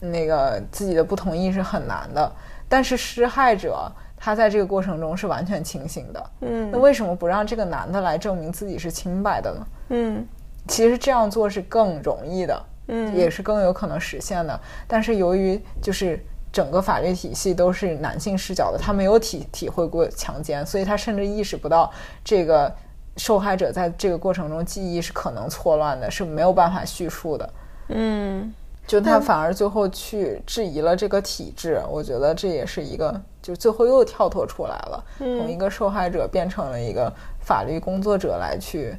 Speaker 1: 那个自己的不同意是很难的。但是施害者他在这个过程中是完全清醒的。
Speaker 2: 嗯
Speaker 1: 那为什么不让这个男的来证明自己是清白的呢？
Speaker 2: 嗯
Speaker 1: 其实这样做是更容易的，
Speaker 2: 嗯
Speaker 1: 也是更有可能实现的。但是由于就是整个法律体系都是男性视角的，他没有体体会过强奸，所以他甚至意识不到这个受害者在这个过程中记忆是可能错乱的，是没有办法叙述的。
Speaker 2: 嗯
Speaker 1: 就他反而最后去质疑了这个体制，我觉得这也是一个，就最后又跳脱出来了，从一个受害者变成了一个法律工作者来去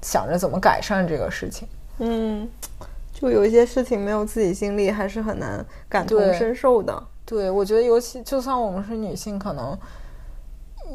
Speaker 1: 想着怎么改善这个事情。
Speaker 2: 嗯，就有一些事情没有自己经历，还是很难感同
Speaker 1: 对
Speaker 2: 身受的。
Speaker 1: 对，我觉得尤其就算我们是女性，可能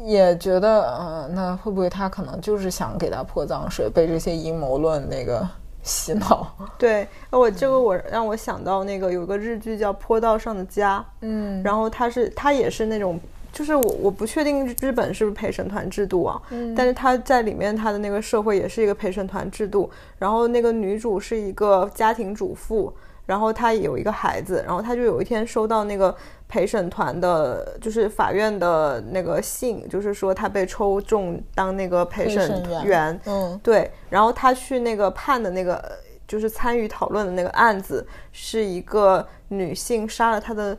Speaker 1: 也觉得，嗯、那会不会他可能就是想给他泼脏水，被这些阴谋论那个 洗脑？
Speaker 2: 对，呃我这个我让我想到那个有个日剧叫《坡道上的家》，
Speaker 1: 嗯，
Speaker 2: 然后它是它也是那种，就是我我不确定日本是不是陪审团制度啊，
Speaker 1: 嗯
Speaker 2: 但是它在里面它的那个社会也是一个陪审团制度，然后那个女主是一个家庭主妇。然后她有一个孩子，然后她就有一天收到那个陪审团的，就是法院的那个信，就是说她被抽中当那个陪
Speaker 1: 陪
Speaker 2: 审
Speaker 1: 审员
Speaker 2: 员，
Speaker 1: 嗯
Speaker 2: 对，然后他去那个判的那个，呃就是参与讨论的那个案子，是一个女性杀了她的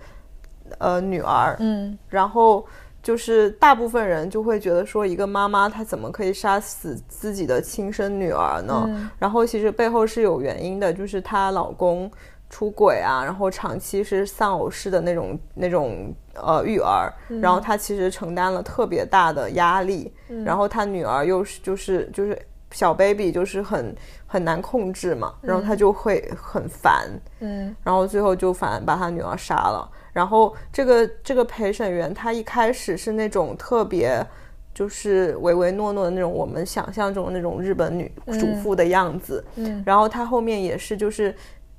Speaker 2: 呃女儿，
Speaker 1: 嗯
Speaker 2: 然后就是大部分人就会觉得说，一个妈妈她怎么可以杀死自己的亲生女儿呢？然后其实背后是有原因的，就是她老公出轨啊，然后长期是丧偶式的那种那种呃育儿，然后她其实承担了特别大的压力，然后她女儿又是就是就是小 baby 就是很很难控制嘛，然后她就会很烦，
Speaker 1: 嗯
Speaker 2: 然后最后就反把他女儿杀了。然后这个这个陪审员他一开始是那种特别就是唯唯诺诺的那种我们想象中的那种日本女主妇的样子，
Speaker 1: 嗯
Speaker 2: 然后她后面也是就是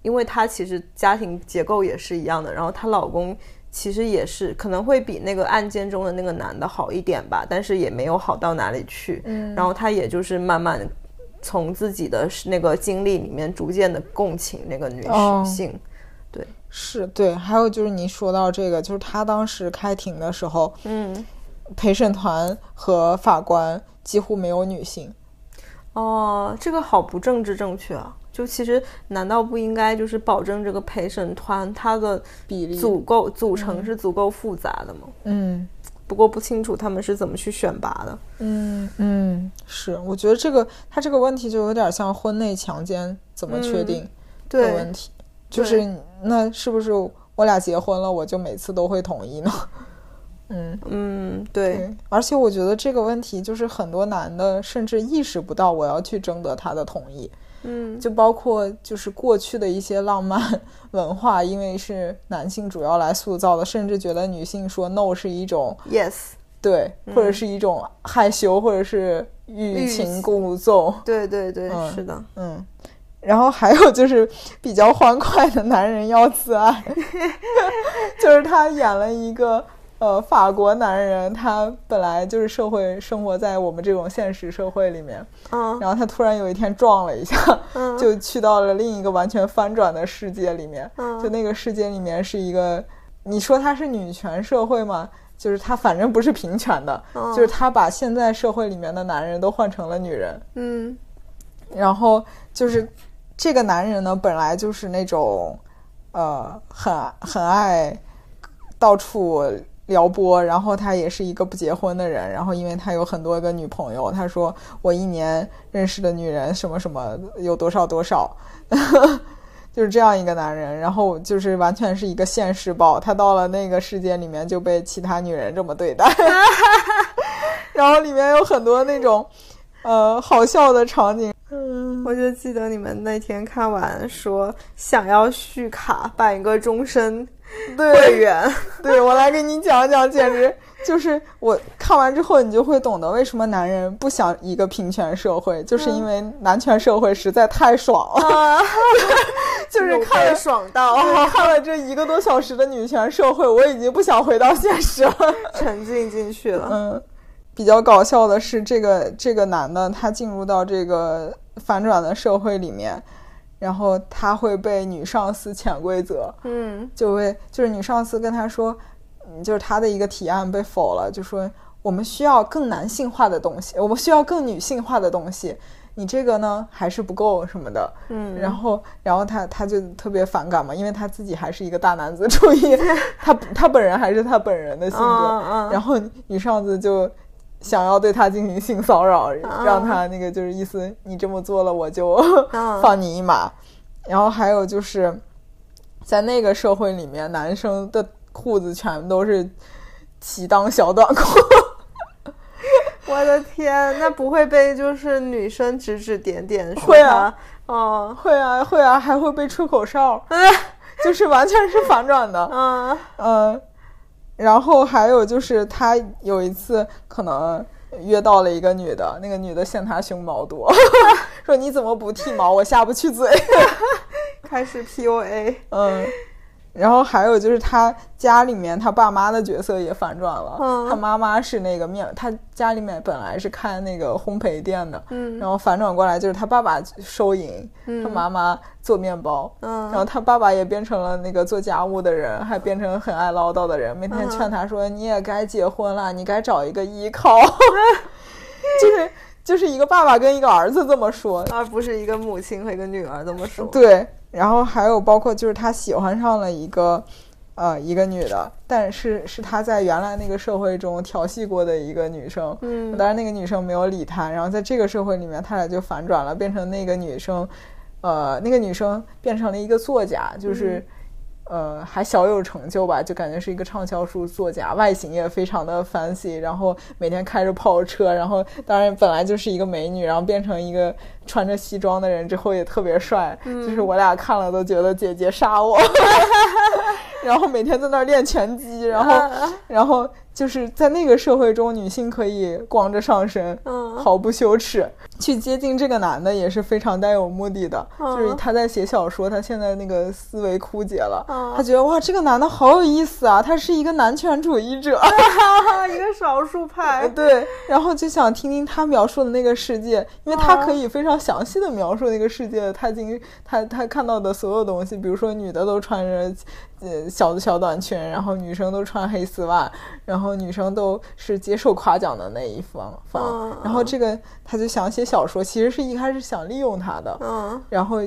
Speaker 2: 因为她其实家庭结构也是一样的，然后她老公。其实也是可能会比那个案件中的那个男的好一点吧，但是也没有好到哪里去。
Speaker 1: 嗯
Speaker 2: 然后她也就是慢慢从自己的那个经历里面逐渐的共情那个女
Speaker 1: 哦
Speaker 2: 性。
Speaker 1: 是对，还有就是你说到这个，就是他当时开庭的时候，
Speaker 2: 嗯，
Speaker 1: 陪审团和法官几乎没有女性。
Speaker 2: 哦，这个好不政治正确啊！就其实，难道不应该就是保证这个陪审团它的
Speaker 1: 比例
Speaker 2: 组构组成是足够复杂的吗？
Speaker 1: 嗯
Speaker 2: 不过不清楚他们是怎么去选拔的。
Speaker 1: 嗯嗯，是，我觉得这个他这个问题就有点像婚内强奸怎么确定的问
Speaker 2: 对，
Speaker 1: 题，就是你那是不是我俩结婚了，我就每次都会同意呢？ 嗯，
Speaker 2: 嗯，对，
Speaker 1: 对，而且我觉得这个问题就是很多男的甚至意识不到我要去征得他的同意，
Speaker 2: 嗯，
Speaker 1: 就包括就是过去的一些浪漫 文化，因为是男性主要来塑造的，甚至觉得女性说 no 是一种
Speaker 2: yes，
Speaker 1: 对，或者是一种害羞，或者是欲
Speaker 2: 嗯欲
Speaker 1: 擒故纵，
Speaker 2: 对对对，
Speaker 1: 嗯
Speaker 2: 是的，
Speaker 1: 嗯。然后还有就是比较欢快的男人要自 爱，就是他演了一个呃法国男人，他本来就是社会生活在我们这种现实社会里面，
Speaker 2: 嗯
Speaker 1: 然后他突然有一天撞了一下，
Speaker 2: 嗯
Speaker 1: 就去到了另一个完全翻转的世界里面。
Speaker 2: 嗯
Speaker 1: 就那个世界里面是一个，你说它是女权社会吗？就是它反正不是平权的，
Speaker 2: 嗯
Speaker 1: 就是它把现在社会里面的男人都换成了女人。
Speaker 2: 嗯
Speaker 1: 然后就是这个男人呢，本来就是那种呃很很爱到处撩拨，然后他也是一个不结婚的人，然后因为他有很多个女朋友，他说我一年认识的女人什么什么有多少多少。 就是这样一个男人，然后就是完全是一个现世报，他到了那个世界里面就被其他女人这么对待， 然后里面有很多那种呃好笑的场景，
Speaker 2: 我就记得你们那天看完说想要续卡办一个终身会
Speaker 1: 对
Speaker 2: 员，
Speaker 1: 对，我来给你讲一讲，简直就是我看完之后，你就会懂得为什么男人不想一个平权社会，就是因为男权社会实在太爽了， 哦 就是
Speaker 2: 有
Speaker 1: 看
Speaker 2: 被
Speaker 1: 了
Speaker 2: 爽到。
Speaker 1: 对看了这一个多小时的女权社会，我已经不想回到现实了。
Speaker 2: 沉浸进去了。
Speaker 1: 嗯，比较搞笑的是，这个这个男的他进入到这个反转的社会里面，然后他会被女上司潜规则，
Speaker 2: 嗯
Speaker 1: 就会就是女上司跟他说，嗯就是他的一个提案被否了，就说我们需要更男性化的东西，我们需要更女性化的东西，你这个呢还是不够什么的。
Speaker 2: 嗯，
Speaker 1: 然后，然后他他就特别反感嘛，因为他自己还是一个大男子主义， 他他本人还是他本人的性格。
Speaker 2: 嗯嗯
Speaker 1: 然后女上司就想要对他进行性骚扰，让他那个就是意思你这么做了我就
Speaker 2: 嗯
Speaker 1: 放你一马。然后还有就是，在那个社会里面，男生的裤子全都是齐裆小短裤。
Speaker 2: 我的天，那不会被就是女生指指点点说
Speaker 1: 会啊
Speaker 2: 他？哦，
Speaker 1: 会啊会啊，还会被吹口哨，就是完全是反转的。
Speaker 2: 嗯
Speaker 1: 嗯，然后还有就是他有一次可能约到了一个女的，那个女的嫌他胸毛多， 说你怎么不剃毛，我下不去嘴。
Speaker 2: 开始 PUA，
Speaker 1: 嗯，然后还有就是他家里面他爸妈的角色也反转了，
Speaker 2: 嗯
Speaker 1: 他妈妈是那个面，他家里面本来是开那个烘焙店的，
Speaker 2: 嗯
Speaker 1: 然后反转过来就是他爸爸收银，他妈妈做面包，然后
Speaker 2: 嗯，
Speaker 1: 他爸爸也变成了那个做家务的人，还变成很爱唠叨的人，每天劝他说：“你也该结婚了，你该找一个依 靠。”就是就是一个爸爸跟一个儿子这么说，
Speaker 2: 而不是一个母亲和一个女儿这么说。
Speaker 1: 对。然后还有包括就是他喜欢上了一个。呃，一个女的，但是是他在原来那个社会中调戏过的一个女生，
Speaker 2: 嗯
Speaker 1: 当然那个女生没有理他，然后在这个社会里面，他俩就反转了，变成那个女生，呃，那个女生变成了一个作家，就是、呃还小有成就吧，就感觉是一个畅销书作家，外形也非常的 fancy，然后每天开着跑车，然后当然本来就是一个美女，然后变成一个穿着西装的人之后也特别帅，
Speaker 2: 嗯
Speaker 1: 就是我俩看了都觉得姐姐杀 我，然后每天在那儿练拳击，然后。
Speaker 2: 啊
Speaker 1: 然后就是在那个社会中，女性可以光着上身，
Speaker 2: 嗯
Speaker 1: 毫不羞耻，去接近这个男的也是非常带有目的的。
Speaker 2: 嗯
Speaker 1: 就是他在写小说，他现在那个思维枯竭了，
Speaker 2: 嗯
Speaker 1: 他觉得哇，这个男的好有意思啊，他是一个男权主义者，。
Speaker 2: 啊，一个少数派
Speaker 1: 对，然后就想听听他描述的那个世界，因为他
Speaker 2: 嗯
Speaker 1: 可以非常详细的描述那个世界，他经他他看到的所有东西，比如说女的都穿着呃小的小短裙，然后女生都穿黑丝袜，然后女生都是接受夸奖的那一方方，
Speaker 2: 嗯
Speaker 1: 然后这个他就想写小说，其实是一开始想利用他的，
Speaker 2: 嗯
Speaker 1: 然后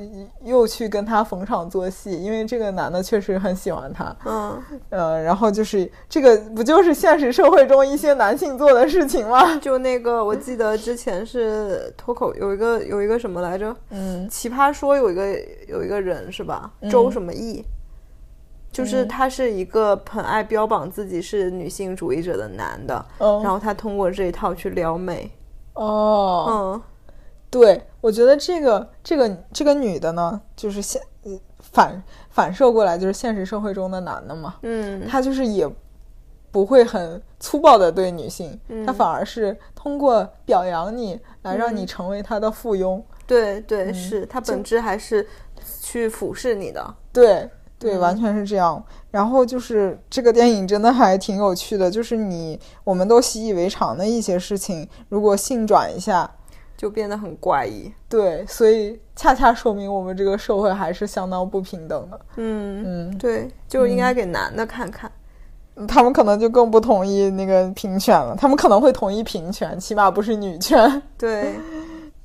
Speaker 1: 又去跟他逢场作戏，因为这个男的确实很喜欢他，
Speaker 2: 嗯，
Speaker 1: 呃，然后就是这个不就是现实社会中一些男性做的事情吗？
Speaker 2: 就那个，我记得之前是脱口有一个有一个什么来着，
Speaker 1: 嗯
Speaker 2: 奇葩说有一个有一个人是吧？周什么毅，
Speaker 1: 嗯
Speaker 2: 就是他是一个很爱标榜自己是女性主义者的男的，
Speaker 1: 嗯
Speaker 2: 然后他通过这一套去撩妹。
Speaker 1: 哦，
Speaker 2: 嗯
Speaker 1: 对，我觉得这个这个这个女的呢，就是现呃反反射过来就是现实社会中的男的嘛，
Speaker 2: 嗯
Speaker 1: 他就是也不会很粗暴的对女性，
Speaker 2: 嗯
Speaker 1: 他反而是通过表扬你来让
Speaker 2: 嗯
Speaker 1: 你成为他的附庸，
Speaker 2: 对对，
Speaker 1: 嗯
Speaker 2: 是他本质还是去俯视你的。
Speaker 1: 对对，完全是这样。然后就是这个电影真的还挺有趣的，就是你我们都习以为常的一些事情，如果性转一下，
Speaker 2: 就变得很怪异，
Speaker 1: 对，所以恰恰说明我们这个社会还是相当不平等的。
Speaker 2: 嗯，
Speaker 1: 嗯，
Speaker 2: 对，就应该给男的看看，
Speaker 1: 他们可能就更不同意那个平权了，他们可能会同意平权，起码不是女权。
Speaker 2: 对，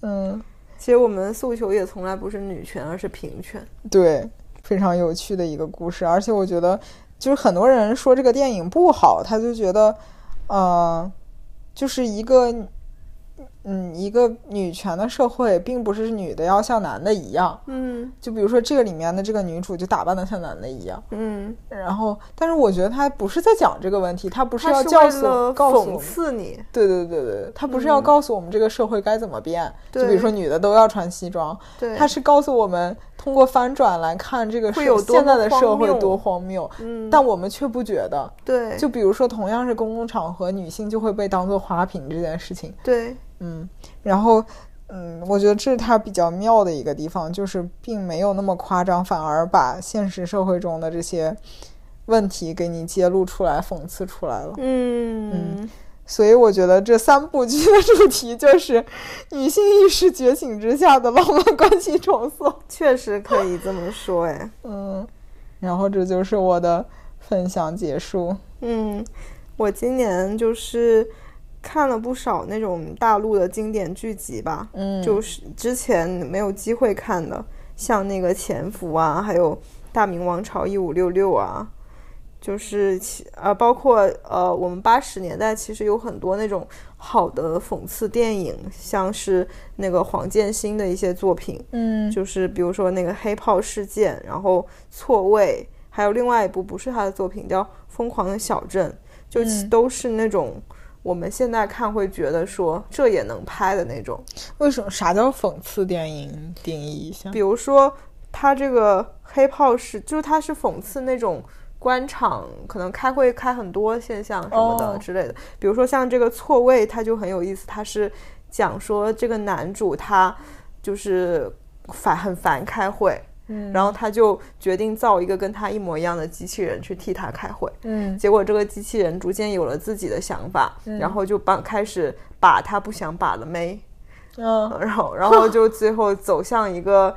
Speaker 1: 嗯，
Speaker 2: 其实我们的诉求也从来不是女权，而是平权。
Speaker 1: 对，非常有趣的一个故事，而且我觉得，就是很多人说这个电影不好，他就觉得，呃，就是一个，嗯，一个女权的社会，并不是女的要像男的一样。
Speaker 2: 嗯
Speaker 1: 就比如说这个里面的这个女主就打扮的像男的一样，
Speaker 2: 嗯，
Speaker 1: 然后，但是我觉得她不是在讲这个问题，她不是
Speaker 2: 他
Speaker 1: 要
Speaker 2: 是
Speaker 1: 教
Speaker 2: 为
Speaker 1: 唆
Speaker 2: 了
Speaker 1: 告诉我
Speaker 2: 讽
Speaker 1: 们，
Speaker 2: 刺你，
Speaker 1: 对对对对，她不是要告诉我们这个社会该怎么变，就比
Speaker 2: 对
Speaker 1: 如说女的都要穿西装，
Speaker 2: 对，
Speaker 1: 他是告诉我们，通过翻转来看这个
Speaker 2: 会
Speaker 1: 社
Speaker 2: 有多
Speaker 1: 现在
Speaker 2: 么
Speaker 1: 的
Speaker 2: 荒
Speaker 1: 社会
Speaker 2: 谬
Speaker 1: 多荒谬，
Speaker 2: 嗯，
Speaker 1: 但我们却不觉得。
Speaker 2: 对，
Speaker 1: 就比如说，同样是公共场合，女性就会被当做花瓶这件事情，
Speaker 2: 对，
Speaker 1: 嗯，然后，嗯，我觉得这是它比较妙的一个地方，就是并没有那么夸张，反而把现实社会中的这些问题给你揭露出来、讽刺出来了。
Speaker 2: 嗯，
Speaker 1: 所以我觉得这三部剧的主题就是女性意识觉醒之下的浪漫关系重塑。
Speaker 2: 确实可以这么说，哎，
Speaker 1: 嗯，然后这就是我的分享结束。
Speaker 2: 嗯，我今年就是看了不少那种大陆的经典剧集吧，
Speaker 1: 嗯，
Speaker 2: 就是之前没有机会看的，像那个《潜伏》啊，还有《大明王朝一五六六》啊，就是其呃，包括呃，我们八十年代其实有很多那种好的讽刺电影，像是那个黄建新的一些作品，
Speaker 1: 嗯
Speaker 2: 就是比如说那个黑炮事件，然后错位，还有另外一部不是他的作品叫《疯狂的小镇》，就其
Speaker 1: 嗯
Speaker 2: 都是那种我们现在看会觉得说这也能拍的那种。
Speaker 1: 为什么啥叫讽刺电影？定义一下
Speaker 2: 比。如说他这个黑炮是，就是他是讽刺那种官场可能开会开很多现象什么的
Speaker 1: 哦
Speaker 2: 之类的。比如说像这个错位，他就很有意思，他是讲说这个男主他就是烦很烦开会。
Speaker 1: 嗯
Speaker 2: 然后他就决定造一个跟他一模一样的机器人去替他开会。
Speaker 1: 嗯
Speaker 2: 结果这个机器人逐渐有了自己的想法，然后就帮开始把他不想把的妹，呃
Speaker 1: 嗯
Speaker 2: 然后然后就最后走向一个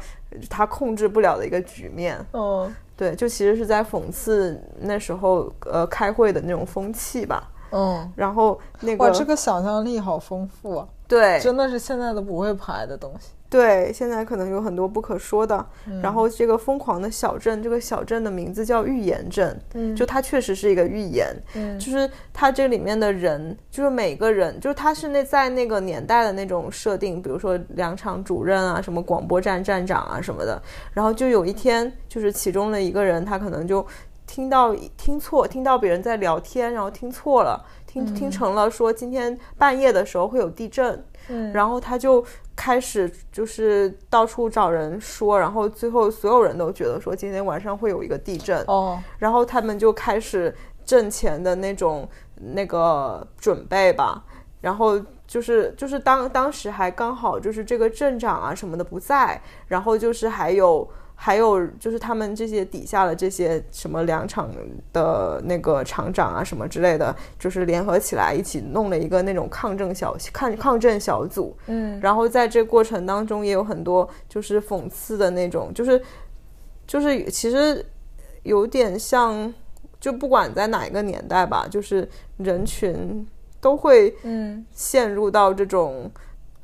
Speaker 2: 他控制不了的一个局面。
Speaker 1: 嗯
Speaker 2: 对，就其实是在讽刺那时候呃开会的那种风气吧。
Speaker 1: 嗯，
Speaker 2: 然后那个
Speaker 1: 哇，这个想象力好丰富啊！
Speaker 2: 对
Speaker 1: 真的是现在都不会拍的东西。
Speaker 2: 对，现在可能有很多不可说的。
Speaker 1: 嗯
Speaker 2: 然后这个疯狂的小镇，这个小镇的名字叫预言镇，
Speaker 1: 嗯
Speaker 2: 就它确实是一个预言，
Speaker 1: 嗯
Speaker 2: 就是它这里面的人，就是每个人，就是它是那在那个年代的那种设定，比如说粮场主任啊，什么广播站站长啊什么的。然后就有一天，就是其中的一个人，他可能就听到听错，听到别人在聊天，然后听错了，听听成了说今天半夜的时候会有地震。
Speaker 1: 嗯
Speaker 2: 然后他就开始就是到处找人说，然后最后所有人都觉得说今天晚上会有一个地震，
Speaker 1: 哦，
Speaker 2: 然后他们就开始挣钱的那种那个准备吧，然后就是就是当当时还刚好就是这个镇长啊什么的不在，然后就是还有。还有就是他们这些底下的这些什么粮场的那个厂长啊什么之类的，就是联合起来一起弄了一个那种抗争小抗抗震小组，
Speaker 1: 嗯
Speaker 2: 然后在这过程当中也有很多就是讽刺的那种，就是就是其实有点像，就不管在哪一个年代吧，就是人群都会
Speaker 1: 嗯，
Speaker 2: 陷入到这种，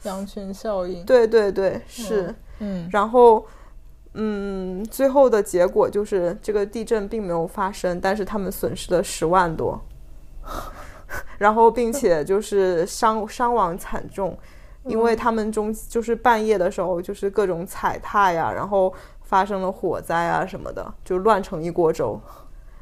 Speaker 1: 羊群效应。
Speaker 2: 对对对，是。
Speaker 1: 嗯
Speaker 2: 然后，嗯，最后的结果就是这个地震并没有发生，但是他们损失了十万多， 然后并且就是伤伤亡惨重，因为他们中就是半夜的时候就是各种踩踏呀，然后发生了火灾啊什么的，就乱成一锅粥。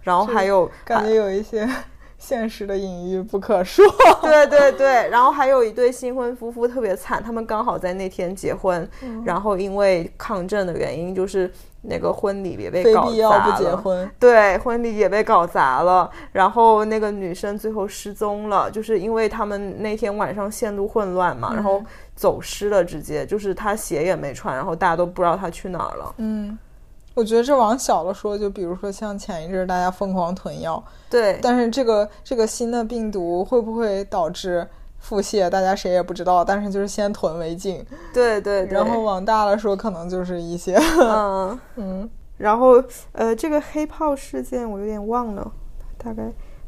Speaker 2: 然后还有，
Speaker 1: 感觉有一些 现实的隐喻不可 说。
Speaker 2: 对对对，然后还有一对新婚夫妇特别惨，他们刚好在那天结婚，
Speaker 1: 嗯
Speaker 2: 然后因为抗震的原因，就是那个婚礼也被
Speaker 1: 非
Speaker 2: 搞
Speaker 1: 必要
Speaker 2: 砸
Speaker 1: 不结
Speaker 2: 了。
Speaker 1: 婚。
Speaker 2: 对，婚礼也被搞砸了，然后那个女生最后失踪了，就是因为他们那天晚上线路混乱
Speaker 1: 嗯
Speaker 2: 嘛，然后走失了，直接就是她鞋也没穿，然后大家都不知道她去哪儿了。
Speaker 1: 嗯，我觉得这往小了说，就比如说像前一阵儿大家疯狂囤药，
Speaker 2: 对，
Speaker 1: 但是这个这个新的病毒会不会导致腹泻，大家谁也不知道。但是就是先囤为敬，
Speaker 2: 对对对，
Speaker 1: 然后往大了说，可能就是一些
Speaker 2: 嗯。
Speaker 1: 嗯
Speaker 2: 然后呃，这个黑炮事件我有点忘了，大概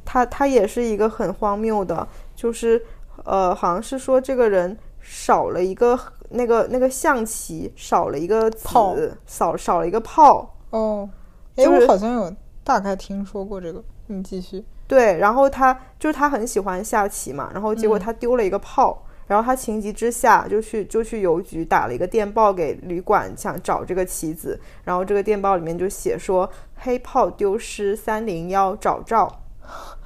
Speaker 2: 他他也是一个很荒谬的，就是呃，好像是说这个人少了一个那个那个象棋少了一个子
Speaker 1: 炮，
Speaker 2: 少少了一个炮。
Speaker 1: 哦，哎，
Speaker 2: 就是
Speaker 1: 我好像有大概听说过这个。你继续，
Speaker 2: 对，然后他就是他很喜欢下棋嘛，然后结果他丢了一个炮，然后他情急之下就去就去邮局打了一个电报给旅馆，想找这个棋子，然后这个电报里面就写说黑炮丢失三零幺找照，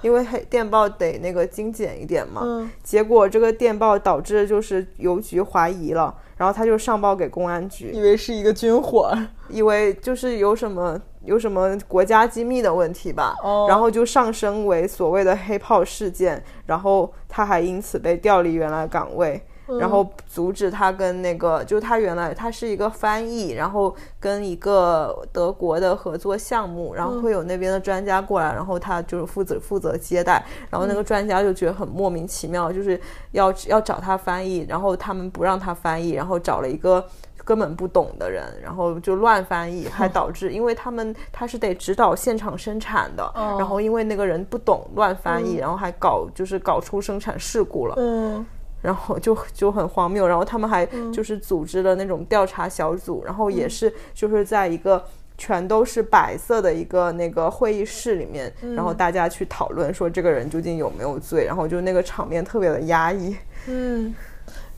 Speaker 2: 因为黑电报得那个精简一点嘛，
Speaker 1: 嗯
Speaker 2: 结果这个电报导致就是邮局怀疑了，然后他就上报给公安局，
Speaker 1: 以为是一个军火，
Speaker 2: 以为就是有什么有什么国家机密的问题吧
Speaker 1: 哦
Speaker 2: 然后就上升为所谓的黑炮事件，然后他还因此被调离原来岗位。然后阻止他跟那个，就是他原来他是一个翻译，然后跟一个德国的合作项目，然后会有那边的专家过来，然后他就是负责负责接待，然后那个专家就觉得很莫名其妙，就是要要找他翻译，然后他们不让他翻译，然后找了一个。根本不懂的人，然后就乱翻译，还导致因为他们他是得指导现场生产的，
Speaker 1: 哦
Speaker 2: 然后因为那个人不懂乱翻译，然后还搞就是搞出生产事故了。
Speaker 1: 嗯
Speaker 2: 然后就就很荒谬。然后他们还就是组织了那种调查小组，然后也是就是在一个。全都是白色的一个那个会议室里面，然后大家去讨论说这个人究竟有没有罪，然后就那个场面特别的压抑。
Speaker 1: 嗯。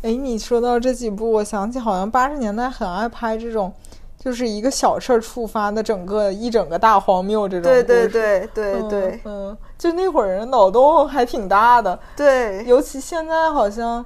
Speaker 1: 哎，你说到这几部，我想起好像八十年代很爱拍这种，就是一个小事儿触发的整个一整个大荒谬这种。
Speaker 2: 对对，对对
Speaker 1: 嗯
Speaker 2: 对
Speaker 1: 嗯，就那会儿人脑洞还挺大的，
Speaker 2: 对，
Speaker 1: 尤其现在好像，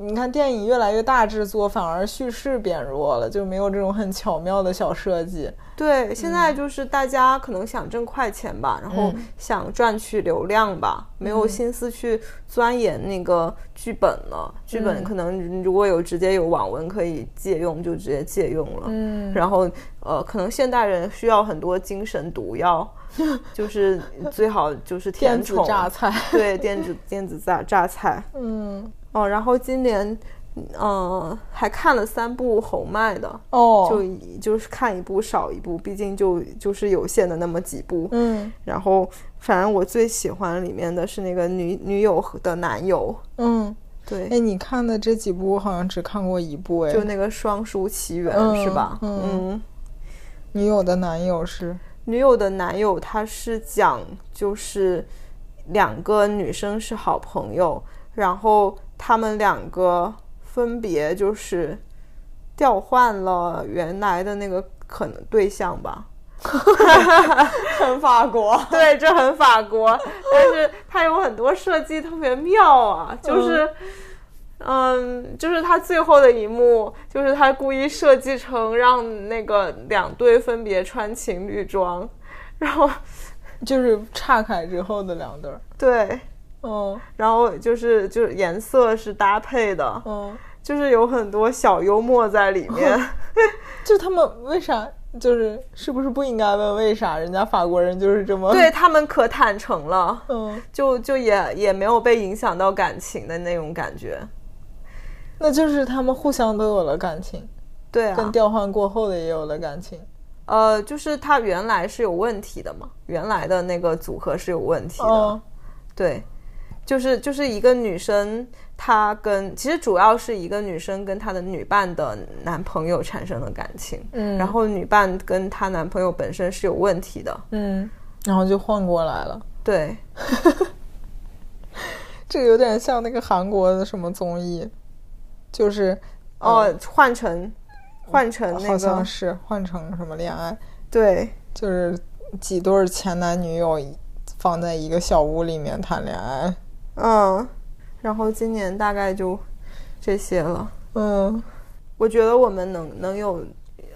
Speaker 1: 你看电影越来越大制作，反而叙事变弱了，就没有这种很巧妙的小设计。
Speaker 2: 对，现在就是大家可能想挣快钱吧，然
Speaker 1: 嗯
Speaker 2: 后想赚取流量吧，没有心思去钻研那个剧本了。剧
Speaker 1: 嗯
Speaker 2: 本可能如果有直接有网文可以借用，就直接借用了。
Speaker 1: 嗯
Speaker 2: 然后呃，可能现代人需要很多精神 毒药，就是最好就是
Speaker 1: 电
Speaker 2: 甜
Speaker 1: 子
Speaker 2: 宠，
Speaker 1: 榨菜。
Speaker 2: 对，电子电子榨榨菜。
Speaker 1: 嗯，
Speaker 2: 哦，然后今年。嗯，还看了三部侯麦的，
Speaker 1: 哦，
Speaker 2: 就一就是看一部少一部，毕竟就就是有限的那么几部。
Speaker 1: 嗯
Speaker 2: 然后，反正我最喜欢里面的是那个女女友和的男友，
Speaker 1: 嗯，
Speaker 2: 对，
Speaker 1: 哎，你看的这几部我好像只看过一部，哎，
Speaker 2: 就那个《双姝奇缘》
Speaker 1: 嗯
Speaker 2: 是吧？
Speaker 1: 嗯
Speaker 2: 嗯
Speaker 1: 你有的男友是，
Speaker 2: 女友的男友，他是讲就是两个女生是好朋友，然后他们两个分别就是调换了原来的那个可能对象 吧，
Speaker 1: 很法国，
Speaker 2: 对，这很法国，但是它有很多设计特别妙啊， 就是。嗯就是他最后的一幕，就是他故意设计成让那个两队分别穿情侣装， 然后
Speaker 1: 就是岔开之后的两对儿。
Speaker 2: 对，
Speaker 1: 嗯
Speaker 2: 然后就是就是颜色是搭配的，
Speaker 1: 嗯，
Speaker 2: 就是有很多小幽默在里面。
Speaker 1: 哦就他们为啥？就是是不是不应该问为啥？人家法国人就是这么
Speaker 2: 对，他们可坦诚了，
Speaker 1: 嗯，
Speaker 2: 就就也也没有被影响到感情的那种感觉。
Speaker 1: 那就是他们互相都有了感情，
Speaker 2: 对啊，
Speaker 1: 跟调换过后的也有了感情。
Speaker 2: 呃，就是它原来是有问题的嘛，原来的那个组合是有问题的，
Speaker 1: 哦，
Speaker 2: 对，就是就是一个女生，她跟其实主要是一个女生跟她的女伴的男朋友产生了感情，
Speaker 1: 嗯
Speaker 2: 然后女伴跟她男朋友本身是有问题的，
Speaker 1: 嗯，然后就换过来了。
Speaker 2: 对，
Speaker 1: 这有点像那个韩国的什么综艺，就是呃
Speaker 2: 哦，换成换成那
Speaker 1: 好
Speaker 2: 个
Speaker 1: 像是换成什么恋爱，
Speaker 2: 对
Speaker 1: 就是几对儿前男女友放在一个小屋里面谈恋爱。
Speaker 2: 嗯，然后今年大概就这些了。
Speaker 1: 嗯
Speaker 2: 我觉得我们能能有，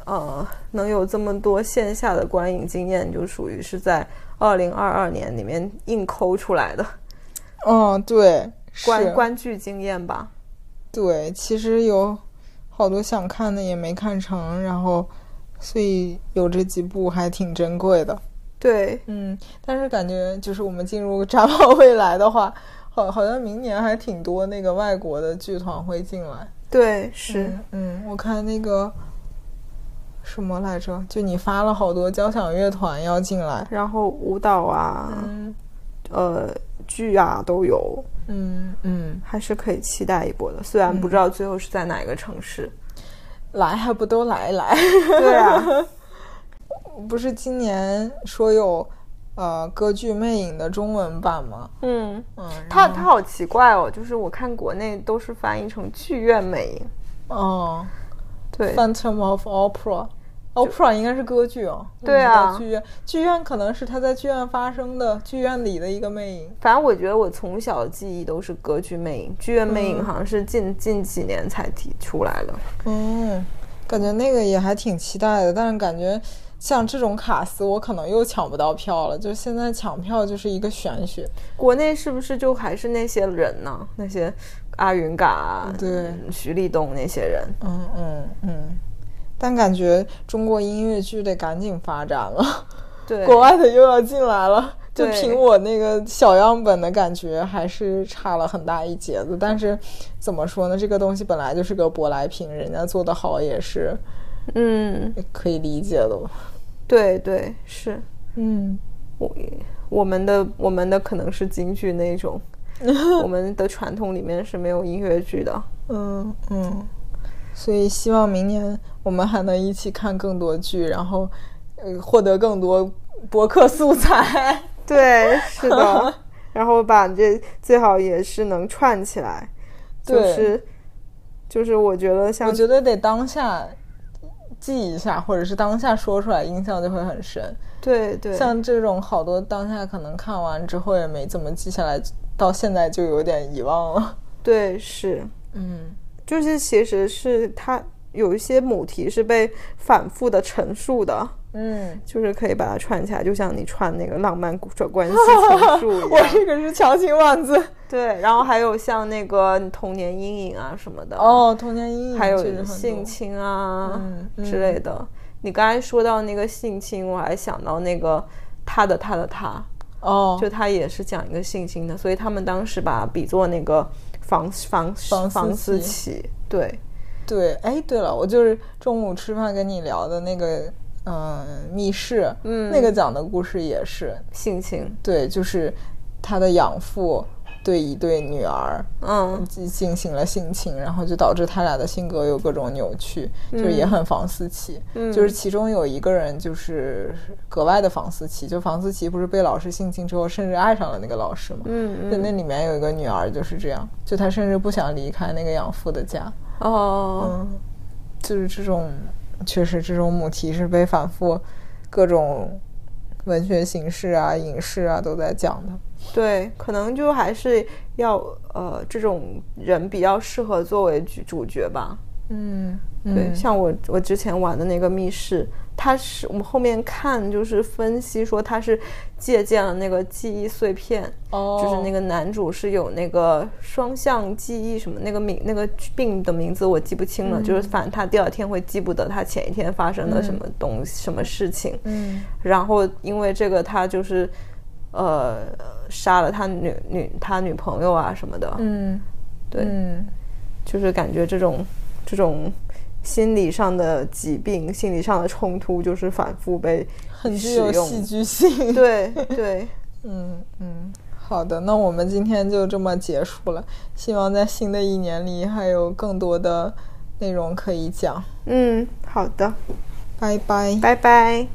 Speaker 2: 呃，能有这么多线下的观影经验，就属于是在二零二二年里面硬抠出来的
Speaker 1: 嗯，对，是
Speaker 2: 观观剧经验吧。
Speaker 1: 对，其实有好多想看的也没看成，然后所以有这几部还挺珍贵的。
Speaker 2: 对，
Speaker 1: 嗯，但是感觉就是我们进入展望未来的话，好好像明年还挺多那个外国的剧团会进来。
Speaker 2: 对，是，
Speaker 1: 嗯嗯，我看那个什么来着，就你发了好多交响乐团要进来。
Speaker 2: 然后舞蹈啊，
Speaker 1: 嗯
Speaker 2: 呃，剧啊都有，
Speaker 1: 嗯嗯，
Speaker 2: 还是可以期待一波的。虽然不知道最后是在哪一个城市。
Speaker 1: 来还不都来来？
Speaker 2: 对啊，
Speaker 1: 不是今年说有呃歌剧《魅影》的中文版吗？
Speaker 2: 嗯，
Speaker 1: 嗯，然
Speaker 2: 它它好奇怪哦，就是我看国内都是翻译成剧院美音，
Speaker 1: 哦，《
Speaker 2: 对，
Speaker 1: Phantom of Opera》。Opera 应该是歌剧哦，
Speaker 2: 对啊
Speaker 1: 嗯叫剧院，剧院可能是他在剧院发生的，剧院里的一个魅影。
Speaker 2: 反正我觉得我从小记忆都是歌剧魅影，剧院魅影好像是近、近几年才提出来的。
Speaker 1: 嗯，感觉那个也还挺期待的，但是感觉像这种卡司，我可能又抢不到票了。就是现在抢票就是一个玄学。
Speaker 2: 国内是不是就还是那些人呢？那些阿云嘎啊、
Speaker 1: 对
Speaker 2: 徐立东那些人。
Speaker 1: 嗯嗯嗯，但感觉中国音乐剧得赶紧发展了，
Speaker 2: 对，
Speaker 1: 国外的又要进来了，就
Speaker 2: 对
Speaker 1: 凭我那个小样本的感觉，还是差了很大一截子。但是怎么说呢，这个东西本来就是个舶来品，人家做的好也是
Speaker 2: 嗯，
Speaker 1: 可以理解的。
Speaker 2: 对对是
Speaker 1: 嗯，
Speaker 2: 我我们的我们的可能是京剧那 种，我们的传统里面是没有音乐剧的。
Speaker 1: 嗯，嗯，所以希望明年我们还能一起看更多剧，然后，呃，获得更多博客素 材。
Speaker 2: 对，是的。 然后把这最好也是能串起来，就
Speaker 1: 对
Speaker 2: 是就是我觉得
Speaker 1: 我
Speaker 2: 像
Speaker 1: 觉得得当下记一下，或者是当下说出来，印象就会很深。
Speaker 2: 对对
Speaker 1: 像这种好多当下可能看完之后也没怎么记下来，到现在就有点遗忘了。
Speaker 2: 对是，
Speaker 1: 嗯，
Speaker 2: 就是其实是它有一些母题是被反复的陈述的，
Speaker 1: 嗯，
Speaker 2: 就是啊可以把它串起来，就像你串那个浪漫古者关系陈述一
Speaker 1: 我
Speaker 2: 样。
Speaker 1: 这个是强行万字。
Speaker 2: 对，然后还有像那个童年阴影啊什么的，，
Speaker 1: 哦，童年阴影
Speaker 2: 还
Speaker 1: 确实
Speaker 2: 有
Speaker 1: 很
Speaker 2: 性
Speaker 1: 多
Speaker 2: 侵啊、
Speaker 1: 嗯嗯
Speaker 2: 之类的。你刚才说到那个性侵，我还想到那个他的他的他，
Speaker 1: 哦，
Speaker 2: 就他也是讲一个性侵的，所以他们当时把比作那个房房
Speaker 1: 房思
Speaker 2: 房思
Speaker 1: 琪
Speaker 2: 琪，对，
Speaker 1: 对，哎，对了，我就是中午吃饭跟你聊的那个，嗯、密室，
Speaker 2: 嗯
Speaker 1: 那个讲的故事也是，
Speaker 2: 性侵，
Speaker 1: 对，就是他的养父对一对女儿
Speaker 2: 嗯，
Speaker 1: 进进行了性侵，然后就导致他俩的性格有各种扭曲，
Speaker 2: 嗯
Speaker 1: 就是也很房思琪，就是其中有一个人就是格外的房思琪，就房思琪不是被老师性侵之后，甚至爱上了那个老师嘛，
Speaker 2: 嗯
Speaker 1: 对，那里面有一个女儿就是这样，就她甚至不想离开那个养父的家。
Speaker 2: 哦，
Speaker 1: 嗯，就是这种，确实这种母题是被反复各种文学形式啊、影视啊都在讲的。
Speaker 2: 对，可能就还是要呃，这种人比较适合作为主主角吧。
Speaker 1: 嗯，
Speaker 2: 对，像我我之前玩的那个密室，它是我们后面看就是分析说它是借鉴了那个记忆碎片，
Speaker 1: 哦
Speaker 2: 就是那个男主是有那个双向记忆什么那个名那个病的名字我记不清了，就是反正他第二天会记不得他前一天发生的什么东西、什么事情，
Speaker 1: 嗯
Speaker 2: 然后因为这个他就是呃杀了他女女他女朋友啊什么的，
Speaker 1: 嗯，
Speaker 2: 对
Speaker 1: 嗯
Speaker 2: 就是感觉这种这种心理上的疾病、心理上的冲突，就是反复被
Speaker 1: 很具
Speaker 2: 使
Speaker 1: 有
Speaker 2: 用
Speaker 1: 戏剧 性。
Speaker 2: 对对
Speaker 1: 嗯嗯，好的，那我们今天就这么结束了。希望在新的一年里还有更多的内容可以讲。
Speaker 2: 嗯，好的，
Speaker 1: 拜拜。
Speaker 2: 拜拜。